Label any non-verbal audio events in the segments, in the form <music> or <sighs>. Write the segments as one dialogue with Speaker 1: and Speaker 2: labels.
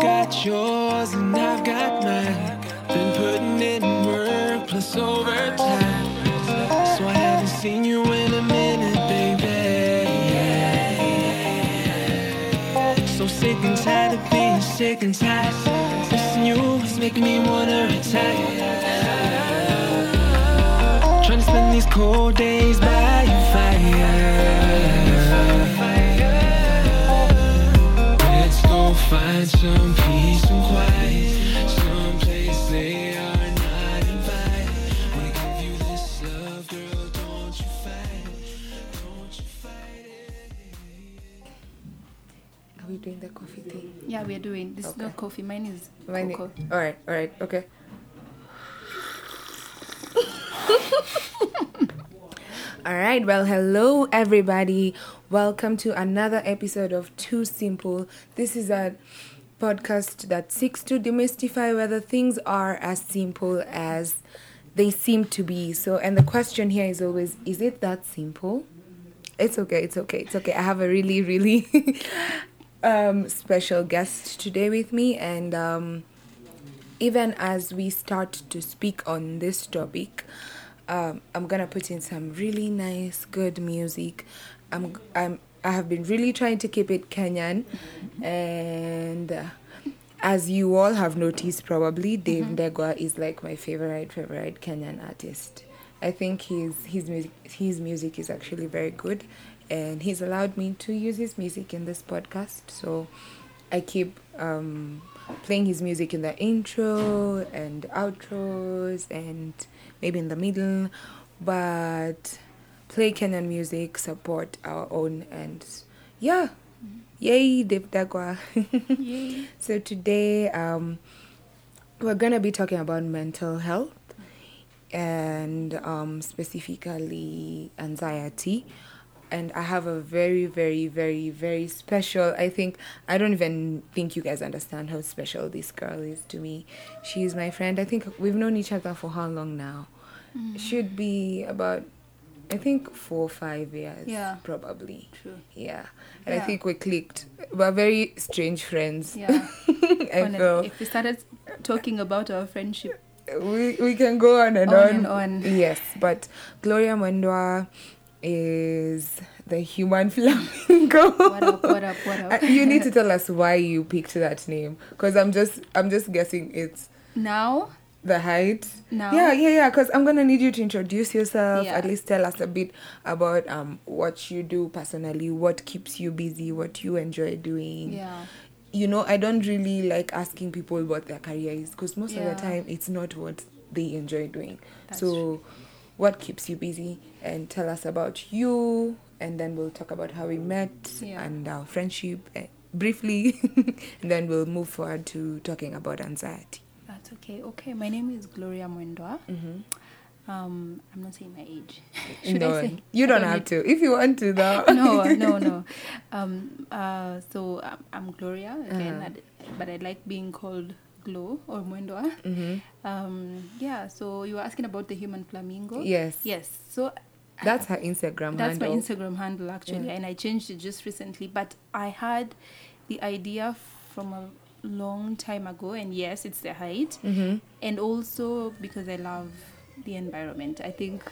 Speaker 1: got yours and I've got mine. Been putting in work plus overtime. So I haven't seen you in a minute, baby. So sick and tired of being sick and tired. Missing you is making me wanna retire. Trying to spend these cold days by your fire. Let's go find some peace and quiet. Someplace they are not invited. Wanna give you this love, girl. Don't you fight it. Don't you fight it.
Speaker 2: Are we doing the coffee thing?
Speaker 3: Yeah, we are doing. This is not
Speaker 2: Okay.
Speaker 3: coffee. Mine is
Speaker 2: Mine-
Speaker 3: cocoa.
Speaker 2: all right, all right, okay. <laughs> all right, well, hello everybody. Welcome to another episode of Too Simple. This is a podcast that seeks to demystify whether things are as simple as they seem to be. So, and the question here is always is it that simple? It's okay, it's okay, it's okay. I have a really, really <laughs> um, special guest today with me, and um, even as we start to speak on this topic, um, I'm gonna put in some really nice, good music. I'm, I'm, I have been really trying to keep it Kenyan, and uh, as you all have noticed, probably Dave Ndegwa is like my favorite, favorite Kenyan artist. I think his his music his music is actually very good, and he's allowed me to use his music in this podcast. So I keep um, playing his music in the intro and outros and maybe in the middle, but play Kenyan music, support our own, and yeah, yay, Dave <laughs> Dagwa.
Speaker 3: Yay.
Speaker 2: So today, um, we're gonna be talking about mental health and um, specifically anxiety. And I have a very, very, very, very special. I think I don't even think you guys understand how special this girl is to me. She's my friend. I think we've known each other for how long now?
Speaker 3: Mm-hmm.
Speaker 2: Should be about, I think four or five years.
Speaker 3: Yeah.
Speaker 2: probably.
Speaker 3: True.
Speaker 2: Yeah, and I
Speaker 3: Yeah.
Speaker 2: think we clicked. We're very strange friends.
Speaker 3: Yeah.
Speaker 2: <laughs> I
Speaker 3: Honest-
Speaker 2: feel
Speaker 3: If we started talking about our friendship,
Speaker 2: we we can go on and
Speaker 3: On
Speaker 2: on.
Speaker 3: and on.
Speaker 2: Yes, but Gloria Mendwa is the human <laughs> flamingo.
Speaker 3: what up, what up, what
Speaker 2: <laughs>
Speaker 3: up?
Speaker 2: Uh, you need to tell us why you picked that name, because I'm just I'm just guessing it's
Speaker 3: now,
Speaker 2: the height.
Speaker 3: now.
Speaker 2: Yeah, yeah, yeah. Because I'm gonna need you to introduce yourself.
Speaker 3: Yeah.
Speaker 2: At least tell us a bit about um what you do personally, what keeps you busy, what you enjoy doing.
Speaker 3: Yeah.
Speaker 2: you know, I don't really like asking people what their career is because most
Speaker 3: Yeah.
Speaker 2: of the time it's not what they enjoy doing.
Speaker 3: That's
Speaker 2: so,
Speaker 3: true.
Speaker 2: what keeps you busy? And tell us about you, and then we'll talk about how we met
Speaker 3: Yeah.
Speaker 2: and our friendship eh, briefly, <laughs> and then we'll move forward to talking about anxiety.
Speaker 3: That's okay. Okay, my name is Gloria Mwendwa. Um, I'm not saying my age. <laughs> Should
Speaker 2: Mm-hmm. no,
Speaker 3: I say?
Speaker 2: you
Speaker 3: I
Speaker 2: don't,
Speaker 3: don't
Speaker 2: have
Speaker 3: need-
Speaker 2: to if you want to, though.
Speaker 3: <laughs>
Speaker 2: <laughs>
Speaker 3: no, no, no. Um, uh, so um, I'm Gloria again,
Speaker 2: Uh-huh.
Speaker 3: I'd- but I like being called Glo or Mwendwa.
Speaker 2: Mhm.
Speaker 3: Um, yeah. So you were asking about the human flamingo.
Speaker 2: Yes,
Speaker 3: Yes. So
Speaker 2: that's her Instagram
Speaker 3: That's
Speaker 2: handle.
Speaker 3: my Instagram handle actually, and I changed it just recently. But I had the idea from a long time ago, and yes, it's the height,
Speaker 2: Mhm.
Speaker 3: and also because I love the environment. I think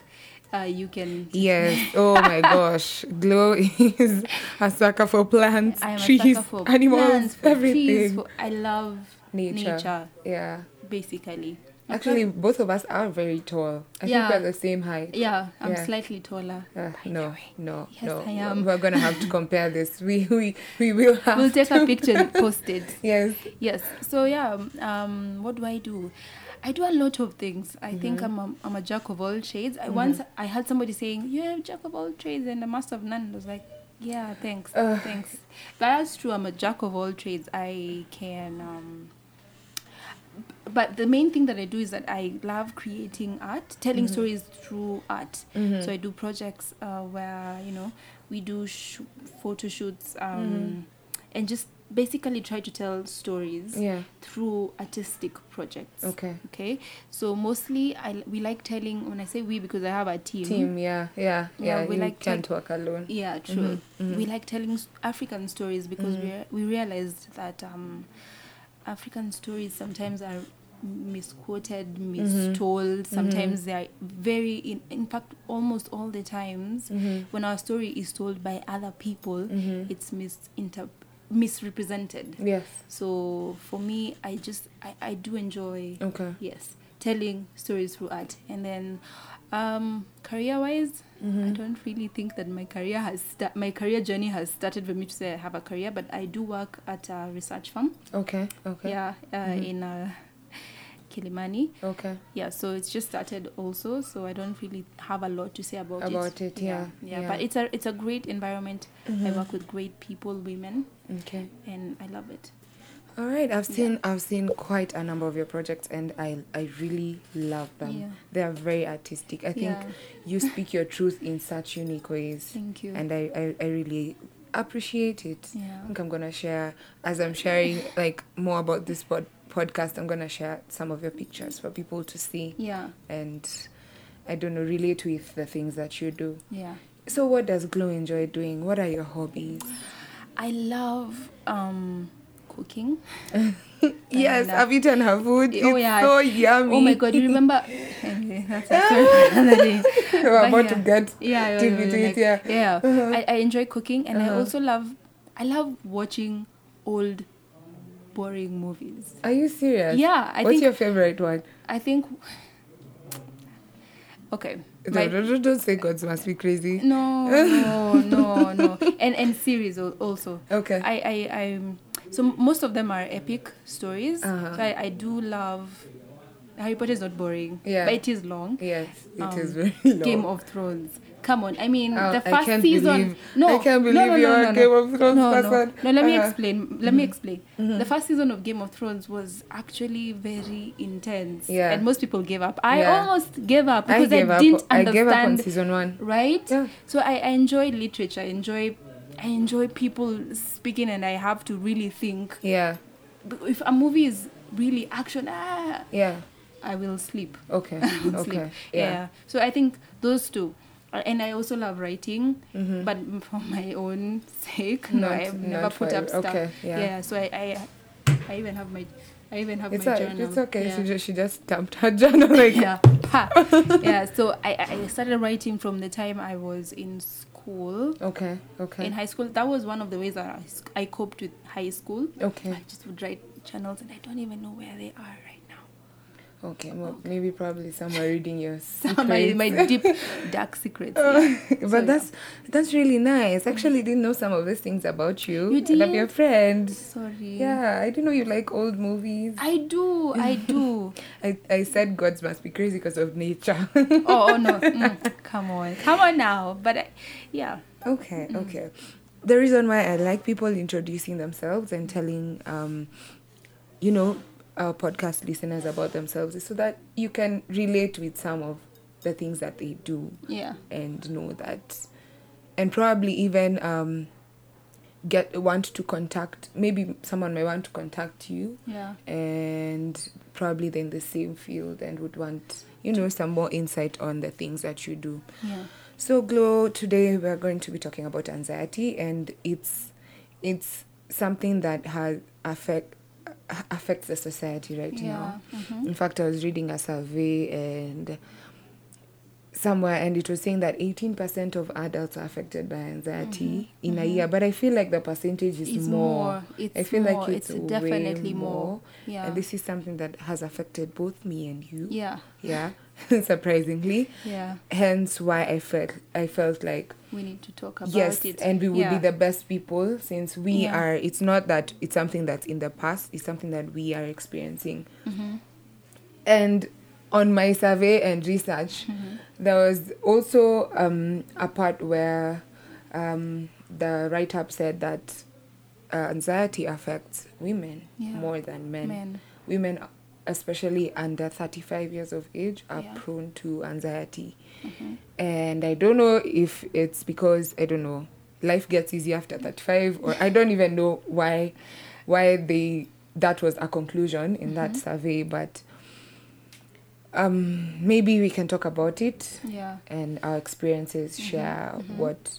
Speaker 3: uh, you can.
Speaker 2: Yes. Oh my gosh. Glow <laughs> is a sucker for plants,
Speaker 3: I am a
Speaker 2: trees,
Speaker 3: sucker for
Speaker 2: animals,
Speaker 3: plants, for
Speaker 2: everything.
Speaker 3: Trees, for, I love
Speaker 2: nature.
Speaker 3: nature,
Speaker 2: Yeah.
Speaker 3: basically. I'm
Speaker 2: Actually,
Speaker 3: sli-
Speaker 2: both of us are very tall. I
Speaker 3: Yeah.
Speaker 2: think we're the same height.
Speaker 3: yeah, I'm
Speaker 2: yeah.
Speaker 3: slightly taller.
Speaker 2: Uh, no, no,
Speaker 3: Yes,
Speaker 2: no.
Speaker 3: I am.
Speaker 2: We're gonna have to compare this. <laughs> We we we will have.
Speaker 3: We'll take a
Speaker 2: to.
Speaker 3: picture and post
Speaker 2: <laughs>
Speaker 3: it.
Speaker 2: Yes.
Speaker 3: yes so yeah um, um what do i do i do a lot of things i think I'm a, I'm a jack of all trades i once i had somebody saying you're a jack of all trades and a master of none i was like yeah thanks
Speaker 2: Ugh.
Speaker 3: thanks but that's true i'm a jack of all trades i can um but the main thing that I do is that I love creating art, telling stories through art.
Speaker 2: Mm-hmm.
Speaker 3: So
Speaker 2: Mm.
Speaker 3: I do projects uh, where you know we do sh- photo shoots
Speaker 2: Mm-hmm.
Speaker 3: um, and just basically try to tell stories
Speaker 2: Yeah.
Speaker 3: through artistic projects.
Speaker 2: Okay.
Speaker 3: Okay. So mostly I we like telling when I say we because I have a team.
Speaker 2: Team. Mm-hmm. Yeah. Yeah. Yeah.
Speaker 3: Yeah, we
Speaker 2: you
Speaker 3: like to-
Speaker 2: can't walk alone.
Speaker 3: Yeah,
Speaker 2: Mm-hmm.
Speaker 3: true. We like telling s- African stories because we we realized that um, African stories sometimes are misquoted,
Speaker 2: Mm-hmm.
Speaker 3: mistold. Sometimes they are very, in, in fact, almost all the times
Speaker 2: Mm-hmm.
Speaker 3: when our story is told by other people,
Speaker 2: Mm.
Speaker 3: it's misinter- misrepresented.
Speaker 2: Yes.
Speaker 3: So for me, I just I, I do enjoy
Speaker 2: Okay.
Speaker 3: yes telling stories through art, and then um, career wise, I don't really think that my career has sta- my career journey has started for me to say I have a career, but I do work at a research firm.
Speaker 2: Okay. Okay.
Speaker 3: Yeah, uh, in uh, Kilimani.
Speaker 2: Okay.
Speaker 3: Yeah, so it's just started also, so I don't really have a lot to say about, it.
Speaker 2: About it, yeah,
Speaker 3: yeah,
Speaker 2: yeah. Mm-hmm.
Speaker 3: But it's a it's a great environment. I work with great people, women,
Speaker 2: Okay.
Speaker 3: and I love it.
Speaker 2: All right, I've seen I've seen quite a number of your projects, and I I really love them.
Speaker 3: Yeah.
Speaker 2: They are very artistic. I think
Speaker 3: Yeah. <laughs>
Speaker 2: you speak your truth in such unique ways.
Speaker 3: Thank you.
Speaker 2: And I I, I really appreciate it.
Speaker 3: Yeah.
Speaker 2: I think I'm gonna share as I'm sharing like more about this pod, podcast. I'm gonna share some of your pictures for people to see
Speaker 3: Yeah,
Speaker 2: and I don't know relate with the things that you do.
Speaker 3: yeah.
Speaker 2: So, what does Glow enjoy doing? What are your hobbies?
Speaker 3: I love um cooking.
Speaker 2: Yes,
Speaker 3: love-
Speaker 2: I've eaten her food. it's so yummy.
Speaker 3: Oh my god,
Speaker 2: <laughs>
Speaker 3: you remember anyway, that's a story for another day.
Speaker 2: We're
Speaker 3: But
Speaker 2: about to get
Speaker 3: yeah,
Speaker 2: deep into it, yeah. Uh-huh.
Speaker 3: yeah. I, I enjoy cooking and I also love I love watching old boring movies.
Speaker 2: Are you serious?
Speaker 3: Yeah, I
Speaker 2: What's
Speaker 3: think-
Speaker 2: your favorite one?
Speaker 3: I think okay.
Speaker 2: No,
Speaker 3: my-
Speaker 2: no, no, don't say gods must be crazy.
Speaker 3: no,
Speaker 2: <laughs>
Speaker 3: no, no, no. And and series al- also.
Speaker 2: Okay.
Speaker 3: I I I'm, so most of them are epic stories.
Speaker 2: Uh-huh.
Speaker 3: So I, I do love Harry Potter is not boring.
Speaker 2: Yeah.
Speaker 3: But it is long.
Speaker 2: Yes, it is
Speaker 3: Um,
Speaker 2: very <laughs> long.
Speaker 3: Game of Thrones. Come on, I mean
Speaker 2: Oh,
Speaker 3: the
Speaker 2: I
Speaker 3: first
Speaker 2: can't
Speaker 3: season.
Speaker 2: believe-
Speaker 3: no,
Speaker 2: I can't
Speaker 3: no,
Speaker 2: believe
Speaker 3: no, no,
Speaker 2: you're
Speaker 3: no,
Speaker 2: a
Speaker 3: no.
Speaker 2: Game of Thrones
Speaker 3: no, no.
Speaker 2: person.
Speaker 3: No, let me
Speaker 2: Uh-huh. Mm-hmm.
Speaker 3: explain. Let me explain. The first season of Game of Thrones was actually very intense,
Speaker 2: Yeah.
Speaker 3: and most people gave up. I
Speaker 2: Yeah.
Speaker 3: almost gave up
Speaker 2: I
Speaker 3: because I,
Speaker 2: gave up.
Speaker 3: didn't
Speaker 2: I
Speaker 3: understand
Speaker 2: gave up on season one.
Speaker 3: right
Speaker 2: Yeah.
Speaker 3: so I, I enjoy literature i enjoy i enjoy people speaking and i have to really think
Speaker 2: Yeah,
Speaker 3: But if a movie is really action ah,
Speaker 2: yeah.
Speaker 3: i will sleep <laughs>
Speaker 2: Okay,
Speaker 3: I will
Speaker 2: okay.
Speaker 3: sleep.
Speaker 2: Yeah.
Speaker 3: so i think those two Uh, and i also love writing but for <laughs> my own sake no
Speaker 2: Mm-hmm. Not-
Speaker 3: i've never
Speaker 2: not
Speaker 3: put
Speaker 2: for-
Speaker 3: up stuff
Speaker 2: okay, yeah.
Speaker 3: so I, I i even have my i even have
Speaker 2: It's,
Speaker 3: my
Speaker 2: all right,
Speaker 3: journal
Speaker 2: it's okay.
Speaker 3: Yeah
Speaker 2: She,
Speaker 3: <laughs>
Speaker 2: just, she just dumped her <laughs> journal. Like,
Speaker 3: yeah
Speaker 2: <laughs>
Speaker 3: Ha. yeah so I, I started writing from the time i was in school
Speaker 2: Okay, okay.
Speaker 3: in high school that was one of the ways that I s- i coped with high school
Speaker 2: Okay.
Speaker 3: i just would write journals and i don't even know where they are right now <laughs>
Speaker 2: okay, well, maybe probably somewhere reading your
Speaker 3: my,
Speaker 2: secrets.
Speaker 3: my deep dark secrets yeah.
Speaker 2: <laughs> but
Speaker 3: So, yeah.
Speaker 2: that's that's really nice. Actually, didn't know some of these things about you.
Speaker 3: You
Speaker 2: I love your
Speaker 3: did? Mm.
Speaker 2: friend.
Speaker 3: sorry
Speaker 2: Yeah, I didn't know you like old movies.
Speaker 3: i do i
Speaker 2: <laughs>
Speaker 3: do
Speaker 2: I, I said gods must be crazy because of nature. <laughs>
Speaker 3: oh, oh no Mm, come on come on now but I, yeah
Speaker 2: okay, okay. The reason why I like people introducing themselves and telling, um, you know, our podcast listeners about themselves is so that you can relate with some of the things that they do
Speaker 3: yeah
Speaker 2: and know that, and probably even um, get want to contact. Maybe someone may want to contact you.
Speaker 3: yeah
Speaker 2: and probably they're in the same field and would want you know some more insight on the things that you do
Speaker 3: yeah
Speaker 2: so glow today we're going to be talking about anxiety and it's it's something that has affect a- affects the society right
Speaker 3: Yeah, mm-hmm.
Speaker 2: now in fact i was reading a survey and somewhere and it was saying that 18% of adults are affected by anxiety in a year but i feel like the percentage is
Speaker 3: Mm-hmm. It's
Speaker 2: more,
Speaker 3: more. It's
Speaker 2: i feel
Speaker 3: more.
Speaker 2: like it's,
Speaker 3: It's definitely
Speaker 2: way
Speaker 3: more.
Speaker 2: more
Speaker 3: Yeah.
Speaker 2: and this is something that has affected both me and you
Speaker 3: yeah
Speaker 2: yeah <laughs> surprisingly
Speaker 3: yeah
Speaker 2: hence why i felt i felt like
Speaker 3: we need to talk about
Speaker 2: yes
Speaker 3: it
Speaker 2: and we would be
Speaker 3: Yeah.
Speaker 2: the best people since we
Speaker 3: Yeah.
Speaker 2: are it's not that it's something that's in the past it's something that we are experiencing
Speaker 3: Mm-hmm.
Speaker 2: and on my survey and research
Speaker 3: Mm-hmm.
Speaker 2: there was also um, a part where um, the write-up said that uh, anxiety affects women
Speaker 3: Yeah.
Speaker 2: more than men.
Speaker 3: Men.
Speaker 2: women especially under 35 years of age are
Speaker 3: Yeah.
Speaker 2: prone to anxiety and i don't know if it's because i don't know life gets easy after 35 or i don't even know why why they that was a conclusion in that survey but um maybe we can talk about it
Speaker 3: yeah Mm-hmm.
Speaker 2: and our experiences share what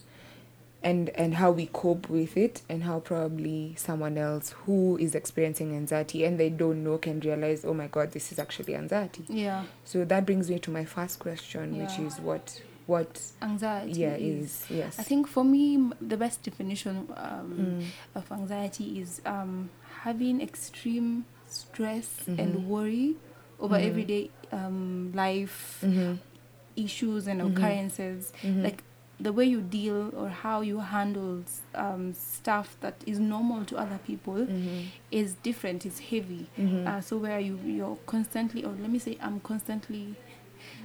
Speaker 2: and and how we cope with it and how probably someone else who is experiencing anxiety and they don't know can realize oh my god this is actually anxiety
Speaker 3: yeah
Speaker 2: so that brings me to my first question which
Speaker 3: Yeah.
Speaker 2: is what what
Speaker 3: anxiety
Speaker 2: yeah is yes
Speaker 3: I think for me, m- the best definition
Speaker 2: Mm.
Speaker 3: um, of anxiety is um, having extreme stress
Speaker 2: Mm-hmm.
Speaker 3: and worry over everyday um, life
Speaker 2: Mm-hmm.
Speaker 3: issues and occurrences.
Speaker 2: Mm.
Speaker 3: Like the way you deal or how you handle um, stuff that is normal to other people
Speaker 2: Mm. Mm-hmm.
Speaker 3: is different, it's heavy. Uh, so, where you, you're constantly, or let me say, I'm constantly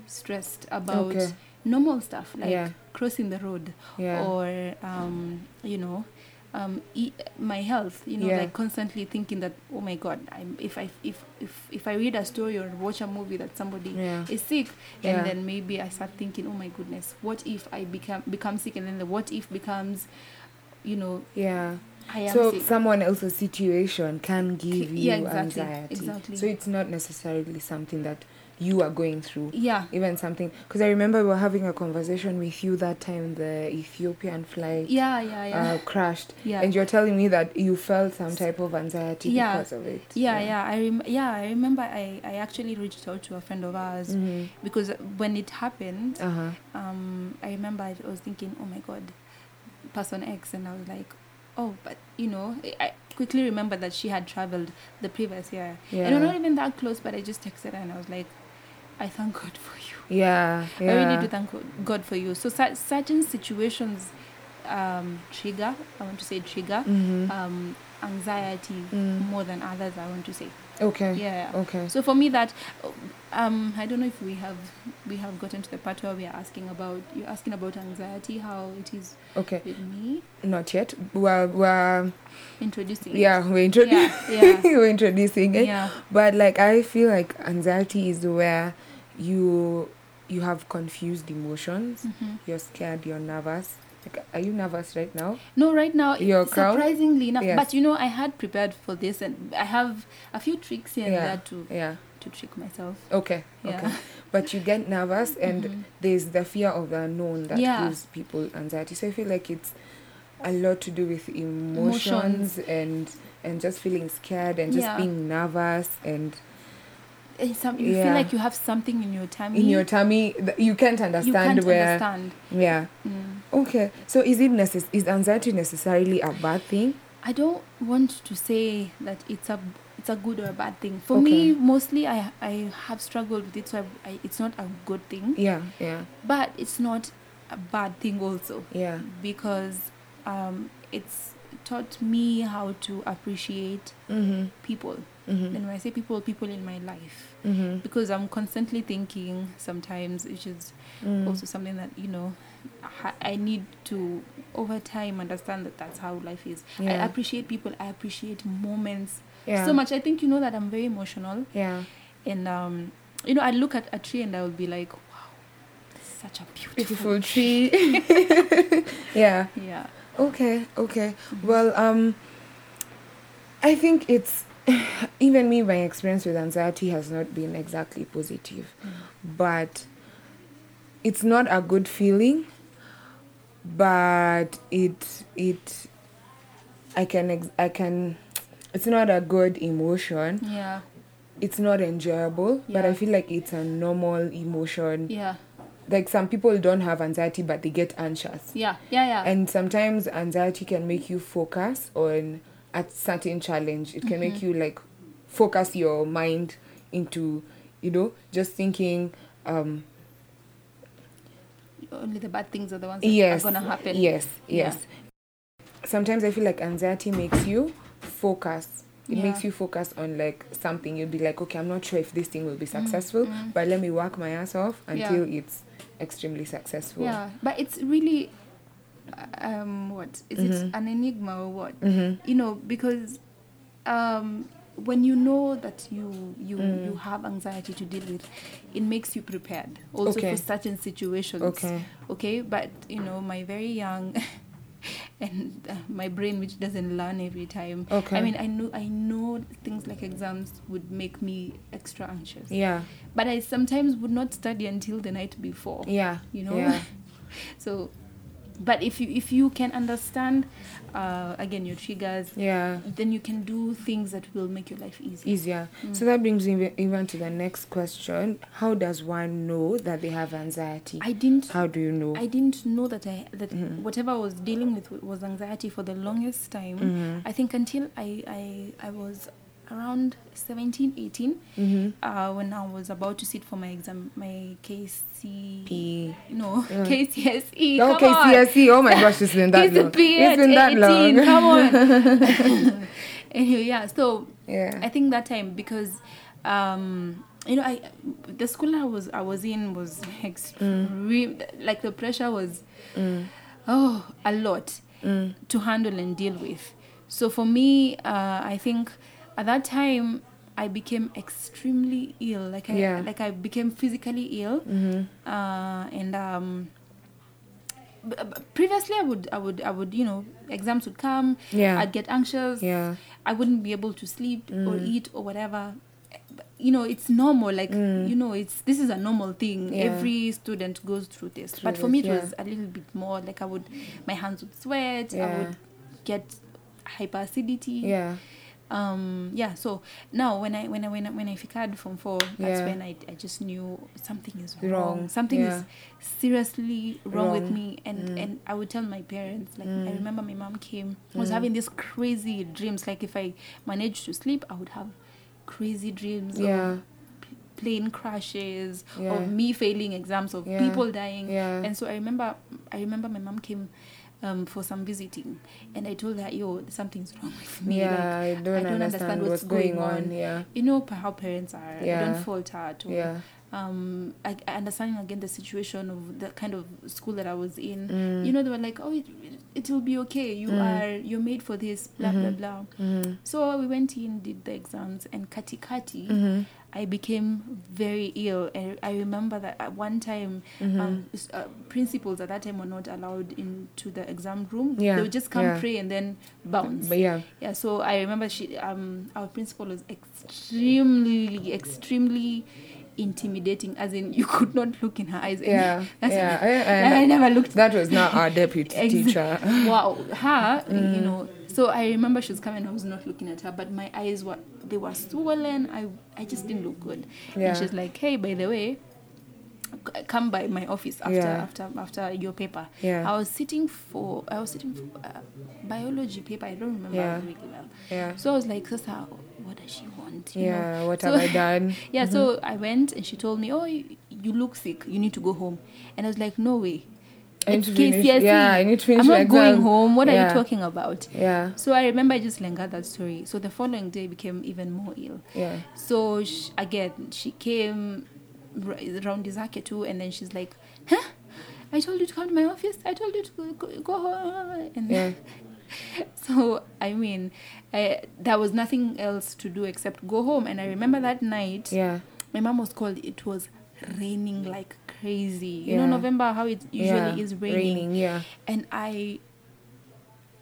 Speaker 3: stressed about
Speaker 2: Okay.
Speaker 3: normal stuff like
Speaker 2: Yeah.
Speaker 3: crossing the road
Speaker 2: Yeah.
Speaker 3: or um, you know um, e- my health you know
Speaker 2: Yeah.
Speaker 3: like constantly thinking that oh my god I'm, if i if, if if i read a story or watch a movie that somebody
Speaker 2: Yeah.
Speaker 3: is sick
Speaker 2: Yeah.
Speaker 3: and then maybe i start thinking oh my goodness what if i become become sick and then the what if becomes you know
Speaker 2: yeah
Speaker 3: i am
Speaker 2: so
Speaker 3: sick
Speaker 2: someone else's situation can give
Speaker 3: Yeah,
Speaker 2: you
Speaker 3: exactly,
Speaker 2: anxiety
Speaker 3: exactly.
Speaker 2: so it's not necessarily something that you are going through
Speaker 3: yeah
Speaker 2: even something because i remember we were having a conversation with you that time the ethiopian flight
Speaker 3: yeah yeah yeah
Speaker 2: uh, crashed
Speaker 3: Yeah.
Speaker 2: and you're telling me that you felt some type of anxiety
Speaker 3: Yeah.
Speaker 2: because of it
Speaker 3: yeah, yeah. I rem- yeah, I remember. I, I actually reached out to a friend of ours
Speaker 2: Mm.
Speaker 3: because when it happened,
Speaker 2: Mm-hmm. uh-huh
Speaker 3: um, I remember I was thinking, oh my god, person X, and I was like, oh, but you know, I I quickly remembered that she had traveled the previous year, and
Speaker 2: Yeah.
Speaker 3: we're not even that close, but I just texted her and I was like, I thank God for you.
Speaker 2: yeah yeah
Speaker 3: I really do thank go- God for you. So cer- certain situations um, trigger, I want to say trigger,
Speaker 2: Mm. Mm-hmm.
Speaker 3: um, anxiety more than others. I want to say,
Speaker 2: okay
Speaker 3: yeah.
Speaker 2: okay
Speaker 3: So for me, that um, I don't know if we have we have gotten to the part where we are asking about you're asking about anxiety, how it is
Speaker 2: okay
Speaker 3: with me
Speaker 2: not yet well we're
Speaker 3: introducing. it.
Speaker 2: yeah we're introducing
Speaker 3: yeah, yeah,
Speaker 2: <laughs> we're introducing it
Speaker 3: yeah,
Speaker 2: but like i feel like anxiety is where you you have confused emotions
Speaker 3: mhm.
Speaker 2: you're scared you're nervous like are you nervous right now
Speaker 3: No, right now, it-
Speaker 2: Your crowd?
Speaker 3: surprisingly enough,
Speaker 2: Yes.
Speaker 3: but you know, I had prepared for this, and I have a few tricks here and
Speaker 2: Yeah.
Speaker 3: there to
Speaker 2: yeah
Speaker 3: to trick myself.
Speaker 2: okay
Speaker 3: Yeah. <laughs> Mm-hmm.
Speaker 2: okay but you get nervous and there's the fear of the unknown that
Speaker 3: Yeah.
Speaker 2: gives people anxiety so i feel like it's a lot to do with emotions, and and just feeling scared and just
Speaker 3: Yeah.
Speaker 2: being nervous and
Speaker 3: And Eh, some, you
Speaker 2: Yeah.
Speaker 3: feel like you have something in your tummy.
Speaker 2: in your tummy th- you can't understand
Speaker 3: you can't
Speaker 2: where
Speaker 3: understand.
Speaker 2: yeah
Speaker 3: Mm.
Speaker 2: okay so is it necess- is anxiety necessarily a bad thing
Speaker 3: I don't want to say that it's a it's a good or a bad thing. For
Speaker 2: Okay.
Speaker 3: me, mostly I I have struggled with it, so I, I, it's not a good thing,
Speaker 2: yeah yeah
Speaker 3: but it's not a bad thing also
Speaker 2: yeah
Speaker 3: because um, it's taught me how to appreciate
Speaker 2: mhm
Speaker 3: people.
Speaker 2: mhm
Speaker 3: And when I say people, people in my life,
Speaker 2: mhm
Speaker 3: because I'm constantly thinking sometimes, which is
Speaker 2: mm.
Speaker 3: also something that you know ha- i need to over time understand that that's how life is
Speaker 2: Yeah.
Speaker 3: i appreciate people i appreciate moments
Speaker 2: yeah
Speaker 3: so much i think you know that i'm very emotional
Speaker 2: yeah
Speaker 3: and um you know i look at a tree and i will be like wow such a beautiful,
Speaker 2: beautiful tree <laughs> yeah
Speaker 3: yeah
Speaker 2: Okay, okay.
Speaker 3: Mm-hmm.
Speaker 2: Well, um, I think it's <sighs> even me. My experience with anxiety has not been exactly positive,
Speaker 3: Mm-hmm.
Speaker 2: but it's not a good feeling. But it it I can ex- I can. It's not a good emotion.
Speaker 3: yeah
Speaker 2: It's not enjoyable, but I
Speaker 3: Yeah.
Speaker 2: feel like it's a normal emotion.
Speaker 3: yeah
Speaker 2: Like some people don't have anxiety, but they get anxious
Speaker 3: yeah yeah yeah
Speaker 2: and sometimes anxiety can make you focus on a certain challenge it can make you like focus your mind into you know just thinking um
Speaker 3: only the bad things are the ones that
Speaker 2: yes
Speaker 3: are gonna happen
Speaker 2: yes
Speaker 3: Yeah.
Speaker 2: yes sometimes i feel like anxiety makes you focus it
Speaker 3: Yeah.
Speaker 2: makes you focus on like something you'll be like okay i'm not sure if this thing will be successful but let me work my ass off
Speaker 3: Mm-hmm. Yeah.
Speaker 2: until it's extremely successful
Speaker 3: yeah but it's really uh, um what is
Speaker 2: Mm-hmm.
Speaker 3: it an enigma or what you know because um when you know that you you
Speaker 2: Mm.
Speaker 3: you have anxiety to deal with it makes you prepared also
Speaker 2: Okay.
Speaker 3: for certain situations
Speaker 2: Okay.
Speaker 3: okay but you know my very young <laughs> and uh, my brain which doesn't learn every time
Speaker 2: Okay.
Speaker 3: i mean i know i know things like exams would make me extra anxious
Speaker 2: yeah
Speaker 3: but i sometimes would not study until the night before
Speaker 2: yeah
Speaker 3: you know
Speaker 2: yeah
Speaker 3: <laughs> so but if you if you can understand uh, again your triggers
Speaker 2: Yeah.
Speaker 3: then you can do things that will make your life easy
Speaker 2: Easier.
Speaker 3: Mm.
Speaker 2: So that brings me even- even to the next question. How does one know that they have anxiety?
Speaker 3: i didn't
Speaker 2: How Mm-hmm. do you know?
Speaker 3: I didn't know that I that whatever I was dealing with was anxiety for the longest time.
Speaker 2: Mm-hmm.
Speaker 3: I think until I I, I was around 17 18
Speaker 2: Mm-hmm.
Speaker 3: uh, when I was about to sit for my exam my KC
Speaker 2: P.
Speaker 3: no <laughs> KCSE
Speaker 2: Oh,
Speaker 3: E. come on.
Speaker 2: KCSE. Oh my gosh, it's been that
Speaker 3: It's
Speaker 2: long.
Speaker 3: been
Speaker 2: It's been that
Speaker 3: 18,
Speaker 2: long.
Speaker 3: Come
Speaker 2: <laughs>
Speaker 3: on. <laughs> anyway, yeah. So
Speaker 2: Yeah.
Speaker 3: I think that time because um, you know I the school I was I was in was <laughs> extreme. Like the pressure was
Speaker 2: Mm.
Speaker 3: oh a lot to handle and deal with. So for me, uh, I think at that time. I became extremely ill, like I
Speaker 2: Yeah.
Speaker 3: like I became physically ill,
Speaker 2: Mm-hmm.
Speaker 3: uh, and um, b- b- previously i would i would i would you know exams would come
Speaker 2: Yeah.
Speaker 3: i'd get anxious
Speaker 2: Yeah. Mm.
Speaker 3: i wouldn't be able to sleep or eat or whatever But, you know it's normal like you know it's this is a normal thing
Speaker 2: Mm. Yeah.
Speaker 3: every student goes through this but
Speaker 2: Through
Speaker 3: for me it
Speaker 2: this, yeah.
Speaker 3: was a little bit more like i would my hands would sweat i
Speaker 2: Yeah.
Speaker 3: would get hyperacidity
Speaker 2: Yeah.
Speaker 3: um yeah so now when i when i when i, when I figured from four that's
Speaker 2: Yeah.
Speaker 3: when I, I just knew something is
Speaker 2: Wrong,
Speaker 3: wrong, something
Speaker 2: yeah.
Speaker 3: is seriously wrong, with
Speaker 2: Wrong. Mm.
Speaker 3: me and and i would tell my parents like i remember my mom came I
Speaker 2: Mm.
Speaker 3: was having these crazy dreams like if i managed to sleep i would have crazy dreams
Speaker 2: Yeah.
Speaker 3: of p- plane crashes
Speaker 2: Yeah.
Speaker 3: of me failing exams of
Speaker 2: Yeah.
Speaker 3: people dying
Speaker 2: Yeah.
Speaker 3: and so i remember i remember my mom came um, for some visiting and i told her yo something's wrong with me like,
Speaker 2: Yeah, I don't understand what's going on. Yeah.
Speaker 3: you know p- how parents are. I
Speaker 2: Yeah.
Speaker 3: don't fault her at all.
Speaker 2: Yeah.
Speaker 3: Um, I, I understanding again the situation of the kind of school that I was
Speaker 2: Mm-hmm.
Speaker 3: in. You know, they were like, "Oh, it, it will be okay. You
Speaker 2: Mm.
Speaker 3: are you're made for this." Blah
Speaker 2: Mm-hmm.
Speaker 3: blah blah. So we went in, did the exams, and kati kati.
Speaker 2: Mm. Mm-hmm.
Speaker 3: I became very ill, and I remember that at one time,
Speaker 2: Mm-hmm.
Speaker 3: um, s- uh, principals at that time were not allowed into the exam room.
Speaker 2: Yeah,
Speaker 3: They would just come
Speaker 2: yeah.
Speaker 3: pray and then bounce.
Speaker 2: But yeah.
Speaker 3: Yeah, so I remember she, um, our principal was extremely, extremely intimidating. As in, you could not look in her eyes. And
Speaker 2: Yeah,
Speaker 3: <laughs> that's
Speaker 2: yeah,
Speaker 3: and
Speaker 2: I- I-
Speaker 3: I never looked.
Speaker 2: That was not
Speaker 3: <laughs>
Speaker 2: our deputy
Speaker 3: Ex- <laughs>
Speaker 2: teacher.
Speaker 3: wow, her,
Speaker 2: Mm.
Speaker 3: you know. So I remember she was coming. I was not looking at her, but my eyes were they were swollen. I I just didn't look good.
Speaker 2: Yeah.
Speaker 3: And she's like, hey, by the way, c- come by my office after
Speaker 2: Yeah.
Speaker 3: after after your paper.
Speaker 2: Yeah.
Speaker 3: I was sitting for I was sitting for uh, biology paper. I don't remember
Speaker 2: Yeah.
Speaker 3: really well.
Speaker 2: Yeah.
Speaker 3: So I was like, Sasa, what does she want?
Speaker 2: Yeah, what
Speaker 3: So-
Speaker 2: have I done?
Speaker 3: <laughs>
Speaker 2: Mm-hmm.
Speaker 3: yeah, so I went and she told me, oh, you, you look sick. You need to go home. And I was like, no way.
Speaker 2: I need
Speaker 3: It's
Speaker 2: to finish-
Speaker 3: KCSE.
Speaker 2: yeah, I need to finish
Speaker 3: E. I'm
Speaker 2: my
Speaker 3: not going
Speaker 2: exams.
Speaker 3: home. What are
Speaker 2: Yeah.
Speaker 3: you talking about?
Speaker 2: Yeah.
Speaker 3: So I remember I just lingered that story. So the following day became even more ill.
Speaker 2: Yeah.
Speaker 3: So sh again, she came r- around Izake too, and then she's like, huh? I told you to come to my office. I told you to go, go, go home. And
Speaker 2: Yeah.
Speaker 3: <laughs> so I mean, I, there was nothing else to do except go home. And I remember that night.
Speaker 2: Yeah.
Speaker 3: My mom was called. It was raining like crazy. You know,
Speaker 2: Yeah.
Speaker 3: November how it usually
Speaker 2: yeah.
Speaker 3: is raining.
Speaker 2: yeah.
Speaker 3: And I,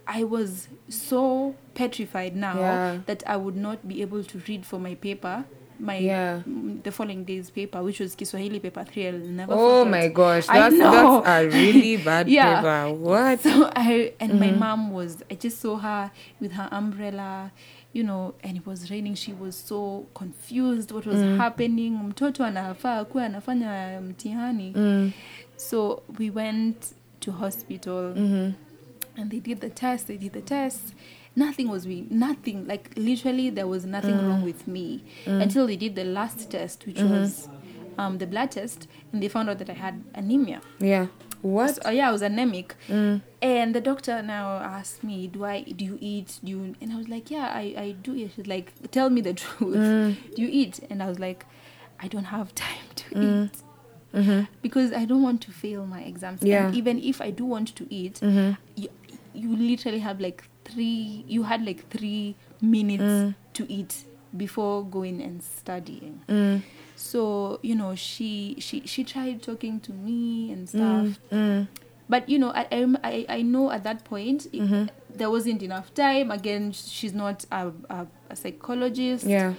Speaker 3: I was so petrified now
Speaker 2: Yeah.
Speaker 3: that I would not be able to read for my paper. My
Speaker 2: Yeah.
Speaker 3: m- the following day's paper, which was Kiswahili paper three, I'll never.
Speaker 2: Oh
Speaker 3: forget.
Speaker 2: my gosh,
Speaker 3: I
Speaker 2: that's
Speaker 3: know.
Speaker 2: that's a
Speaker 3: <laughs>
Speaker 2: really bad
Speaker 3: Yeah.
Speaker 2: paper. What?
Speaker 3: So I and my mom was I just saw her with her umbrella, you know, and it was raining. She was so confused what was happening. Mtoto anafaa kuwa anafanya mtihani. So we went to hospital and they did the test, they did the test. Nothing was we nothing like literally there was nothing wrong with me until they did the last test, which was um, the blood test, and they found out that I had anemia.
Speaker 2: Yeah. What?
Speaker 3: <laughs>
Speaker 2: Mm.
Speaker 3: So, uh, yeah, I was anemic. And the doctor now asked me, "Do I? Do you eat? Do you?" And I was like, "Yeah, I, I do eat." She's like, "Tell me the <laughs> truth.
Speaker 2: Mm.
Speaker 3: Do you eat?" And I was like, "I don't have <laughs> time to
Speaker 2: Mm.
Speaker 3: eat." Because I don't want to fail my exams.
Speaker 2: Mm-hmm.
Speaker 3: And
Speaker 2: Yeah.
Speaker 3: even if I do want to eat, you, you literally have like three, you had like three minutes
Speaker 2: Mm.
Speaker 3: to eat before going and studying
Speaker 2: Mm.
Speaker 3: so you know she she she tried talking to me and
Speaker 2: Mm.
Speaker 3: stuff but you know I, I rem- I I know at that point it,
Speaker 2: Mm-hmm.
Speaker 3: there wasn't enough time again sh- she's not a, a, a psychologist
Speaker 2: Yeah.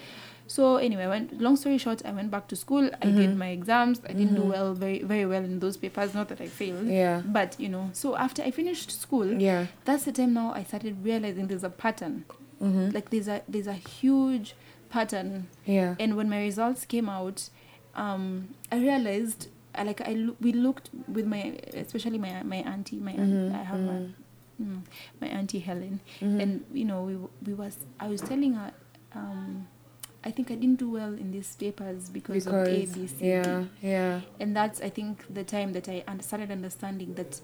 Speaker 3: So anyway, I went. Long story short, I went back to school. I did
Speaker 2: Mm-hmm.
Speaker 3: my exams. I didn't do well, very very well in those papers. Not that I failed.
Speaker 2: Yeah.
Speaker 3: But you know, so after I finished school,
Speaker 2: Yeah.
Speaker 3: that's the time now I started realizing there's a pattern.
Speaker 2: Mm-hmm.
Speaker 3: Like there's a there's a huge pattern
Speaker 2: Yeah.
Speaker 3: and when my results came out um i realized I, like i loo- we looked with my especially my my auntie my aunt, i have my mm, my auntie helen and you know we w- we was i was telling her um i think i didn't do well in these papers because, of a b c D."
Speaker 2: yeah, yeah,
Speaker 3: and that's i think the time that i un- started understanding that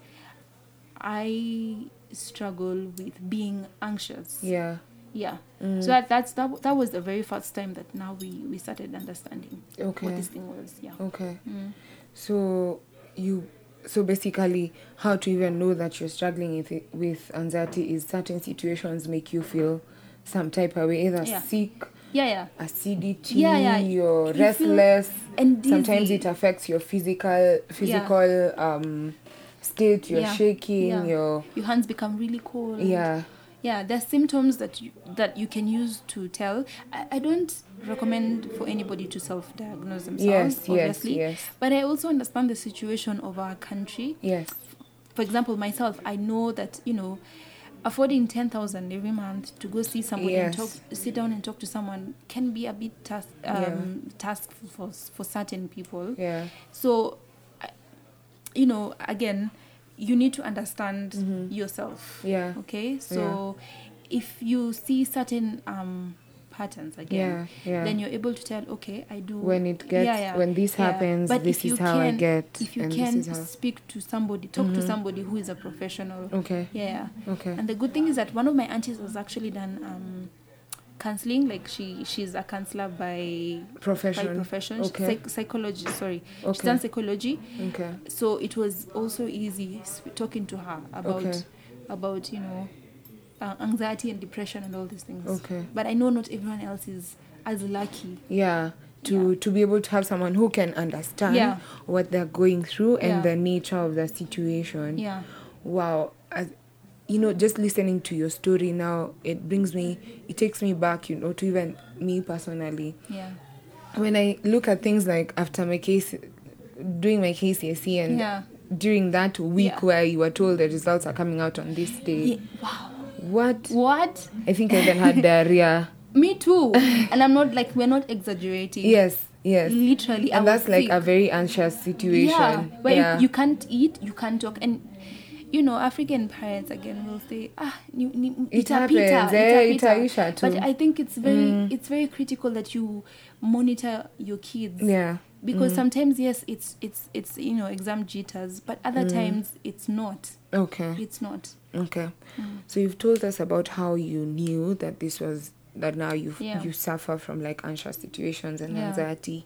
Speaker 3: i struggle with being anxious
Speaker 2: yeah.
Speaker 3: yeah
Speaker 2: Mm.
Speaker 3: so that that's that, w- that was the very first time that now we we started understanding
Speaker 2: Okay.
Speaker 3: what this thing was yeah
Speaker 2: Okay.
Speaker 3: Mm.
Speaker 2: So you so basically how to even know that you're struggling with it- with anxiety is certain situations make you feel some type of way either
Speaker 3: Yeah.
Speaker 2: sick
Speaker 3: yeah yeah
Speaker 2: acidity
Speaker 3: Yeah, yeah.
Speaker 2: you're
Speaker 3: You feel
Speaker 2: restless
Speaker 3: and dizzy.
Speaker 2: sometimes it affects your physical physical um state you're
Speaker 3: Yeah.
Speaker 2: shaking
Speaker 3: Yeah.
Speaker 2: you're
Speaker 3: your hands become really cold
Speaker 2: yeah
Speaker 3: yeah there's symptoms that you that you can use to tell i, I don't recommend for anybody to self-diagnose themselves
Speaker 2: Yes, yes,
Speaker 3: obviously
Speaker 2: yes.
Speaker 3: but i also understand the situation of our country
Speaker 2: yes
Speaker 3: for example myself i know that you know affording 10000 every month to go see somebody and
Speaker 2: Yes.
Speaker 3: talk sit down and talk to someone can be a bit task um,
Speaker 2: Yeah.
Speaker 3: task for for certain people
Speaker 2: yeah
Speaker 3: so I- you know again you need to understand yourself
Speaker 2: Mm-hmm. Yeah.
Speaker 3: okay so if you see certain um patterns again
Speaker 2: Yeah, yeah.
Speaker 3: then you're able to tell okay i do
Speaker 2: When it gets- when this happens, this
Speaker 3: if
Speaker 2: is
Speaker 3: you
Speaker 2: how I get,
Speaker 3: if you
Speaker 2: and this
Speaker 3: can
Speaker 2: is how- Mm-hmm.
Speaker 3: speak to somebody talk to somebody who is a professional
Speaker 2: Okay.
Speaker 3: yeah
Speaker 2: Okay.
Speaker 3: and the good thing is that one of my aunties has actually done um counseling like she she's a counselor by by
Speaker 2: Profession.
Speaker 3: profession
Speaker 2: Okay.
Speaker 3: Psych- psychology sorry she's
Speaker 2: Okay.
Speaker 3: done psychology
Speaker 2: okay
Speaker 3: so it was also easy sp- talking to her about
Speaker 2: Okay.
Speaker 3: about you know uh, anxiety and depression and all these things
Speaker 2: Okay.
Speaker 3: but i know not everyone else is as lucky
Speaker 2: yeah to to be able to have someone who can understand
Speaker 3: Yeah.
Speaker 2: what they're going through and
Speaker 3: Yeah.
Speaker 2: the nature of the situation
Speaker 3: Yeah.
Speaker 2: wow As, you know just listening to your story now it brings me it takes me back you know to even me personally
Speaker 3: yeah
Speaker 2: when I look at things like after my case, doing my KCSE E and
Speaker 3: Yeah.
Speaker 2: during that week
Speaker 3: Yeah.
Speaker 2: where you were told the results are coming out on this day,
Speaker 3: yeah wow
Speaker 2: what?
Speaker 3: what
Speaker 2: I think I even had diarrhea.
Speaker 3: me too and i'm not like we're not exaggerating
Speaker 2: <laughs> Yes, yes.
Speaker 3: literally Mm. I
Speaker 2: and that's
Speaker 3: was
Speaker 2: like a
Speaker 3: sick.
Speaker 2: very anxious situation.
Speaker 3: yeah where
Speaker 2: yeah.
Speaker 3: You, you can't eat you can't talk and you know african parents again will say ah ni, ni,
Speaker 2: It
Speaker 3: ita
Speaker 2: happens,
Speaker 3: pita,
Speaker 2: eh,
Speaker 3: ita
Speaker 2: itaisha
Speaker 3: pita." but
Speaker 2: tu.
Speaker 3: i think it's very
Speaker 2: Mm.
Speaker 3: it's very critical that you monitor your kids
Speaker 2: Yeah. Mm.
Speaker 3: because sometimes yes it's it's it's you know exam jitters but other
Speaker 2: Mm.
Speaker 3: times it's not
Speaker 2: okay.
Speaker 3: it's not
Speaker 2: Okay.
Speaker 3: Mm.
Speaker 2: So you've told us about how you knew that this was that now you
Speaker 3: Yeah.
Speaker 2: you suffer from like anxious situations and
Speaker 3: Yeah.
Speaker 2: anxiety.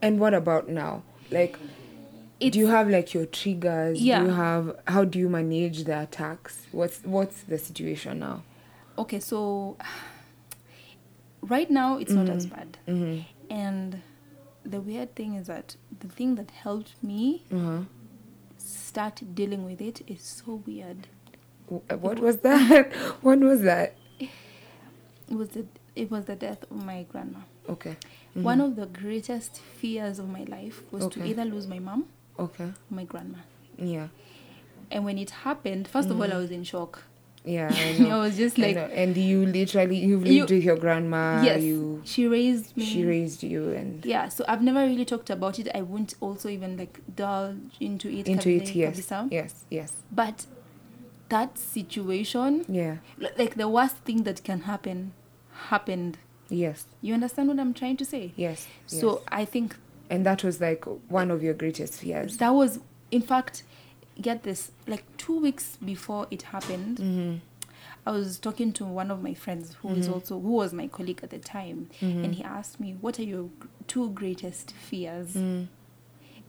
Speaker 2: And what about now? Like
Speaker 3: It's-
Speaker 2: do you have like your triggers?
Speaker 3: Yeah.
Speaker 2: Do you have how do you manage the attacks? What's what's the situation now?
Speaker 3: okay so <sighs> right now it's not
Speaker 2: Mm-hmm.
Speaker 3: as bad and the weird thing is that the thing that helped me
Speaker 2: Uh-huh.
Speaker 3: start dealing with it is so weird
Speaker 2: Wh- uh, What was <laughs> that? what was that?
Speaker 3: it was the it was the death of my grandma
Speaker 2: Okay.
Speaker 3: one of the greatest fears of my life was to
Speaker 2: Okay.
Speaker 3: either lose my mom
Speaker 2: Okay.
Speaker 3: or my grandma
Speaker 2: Yeah.
Speaker 3: and when it happened first of all i was in shock
Speaker 2: Mm-hmm. Yeah, I know.
Speaker 3: <laughs> I was just
Speaker 2: I
Speaker 3: like-
Speaker 2: know. and you literally you've
Speaker 3: You-
Speaker 2: lived with your grandma.
Speaker 3: yes
Speaker 2: You
Speaker 3: she raised me
Speaker 2: she raised you and
Speaker 3: yeah so i've never really talked about it i wouldn't also even like delve into it
Speaker 2: into it.
Speaker 3: kabisa-
Speaker 2: Yes.
Speaker 3: kabisa.
Speaker 2: Yes. Yes.
Speaker 3: but that situation
Speaker 2: Yeah.
Speaker 3: li- like the worst thing that can happen happened
Speaker 2: Yes.
Speaker 3: you understand what i'm trying to say
Speaker 2: Yes.
Speaker 3: so
Speaker 2: yes.
Speaker 3: i think
Speaker 2: and that was like one of your greatest fears.
Speaker 3: that was in fact get this like two weeks before it happened i was talking to one of my friends who is also who was my colleague at the time and he asked me what are your gr- two greatest fears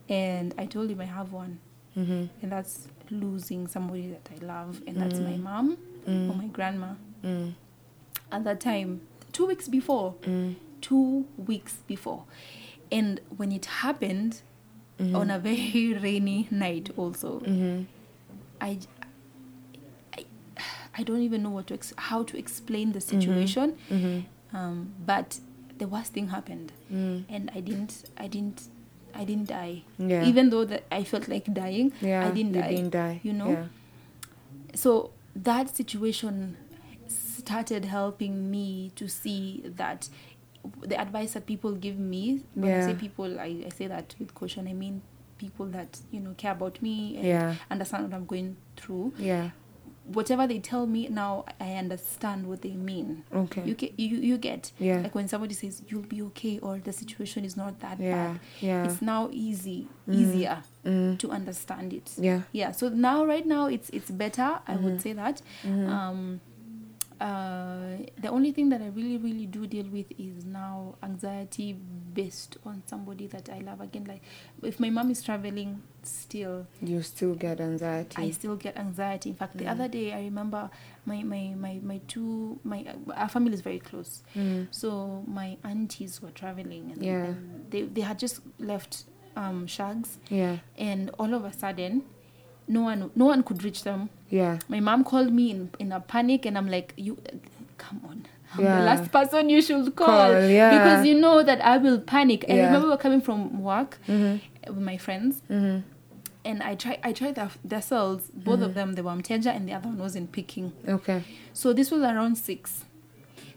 Speaker 3: and i told him i have one and that's losing somebody that i love and that's my mom or my grandma at that time, two weeks before,
Speaker 2: Mm.
Speaker 3: two weeks before. And when it happened
Speaker 2: Mm-hmm.
Speaker 3: on a very <laughs> rainy night, also, I, I,
Speaker 2: Mm-hmm.
Speaker 3: I don't even know what to ex- how to explain the situation. Um, but the worst thing happened, and I didn't, I didn't, I didn't die.
Speaker 2: Mm. Yeah.
Speaker 3: Even though that I felt like dying,
Speaker 2: Yeah,
Speaker 3: I didn't
Speaker 2: you
Speaker 3: die.
Speaker 2: didn't die.
Speaker 3: You know.
Speaker 2: Yeah.
Speaker 3: So that situation started helping me to see that the advice that people give me. When
Speaker 2: Yeah.
Speaker 3: I say people, I, I say that with caution. I mean people that you know care about me and
Speaker 2: Yeah.
Speaker 3: understand what I'm going through
Speaker 2: Yeah.
Speaker 3: whatever they tell me now i understand what they mean
Speaker 2: Okay.
Speaker 3: you get you, you get
Speaker 2: Yeah.
Speaker 3: like when somebody says you'll be okay or the situation is not that
Speaker 2: Yeah,
Speaker 3: bad
Speaker 2: yeah. Mm.
Speaker 3: it's now easy easier to understand it
Speaker 2: Yeah.
Speaker 3: yeah so now right now it's it's better i would say that um uh, the only thing that I really, really do deal with is now anxiety based on somebody that I love. Again, like if my mom is traveling still,
Speaker 2: You still get anxiety.
Speaker 3: I still get anxiety. In fact, the other day I remember my my my, my two my our family is very close,
Speaker 2: Mm,
Speaker 3: so my aunties were traveling and,
Speaker 2: Yeah.
Speaker 3: and they they had just left um, Shags,
Speaker 2: Yeah.
Speaker 3: and all of a sudden, no one no one could reach them.
Speaker 2: Yeah.
Speaker 3: My mom called me in, in a panic, and I'm like, "You, come on." I'm
Speaker 2: Yeah.
Speaker 3: the last person you should call,
Speaker 2: Call, yeah.
Speaker 3: because you know that I will panic. I
Speaker 2: Yeah.
Speaker 3: remember we we're coming from work
Speaker 2: Mm-hmm,
Speaker 3: with my friends, and I tried. I tried their, their cells. Both
Speaker 2: Mm-hmm.
Speaker 3: of them, they were Mteja, and the other one was in picking.
Speaker 2: Okay.
Speaker 3: So this was around six.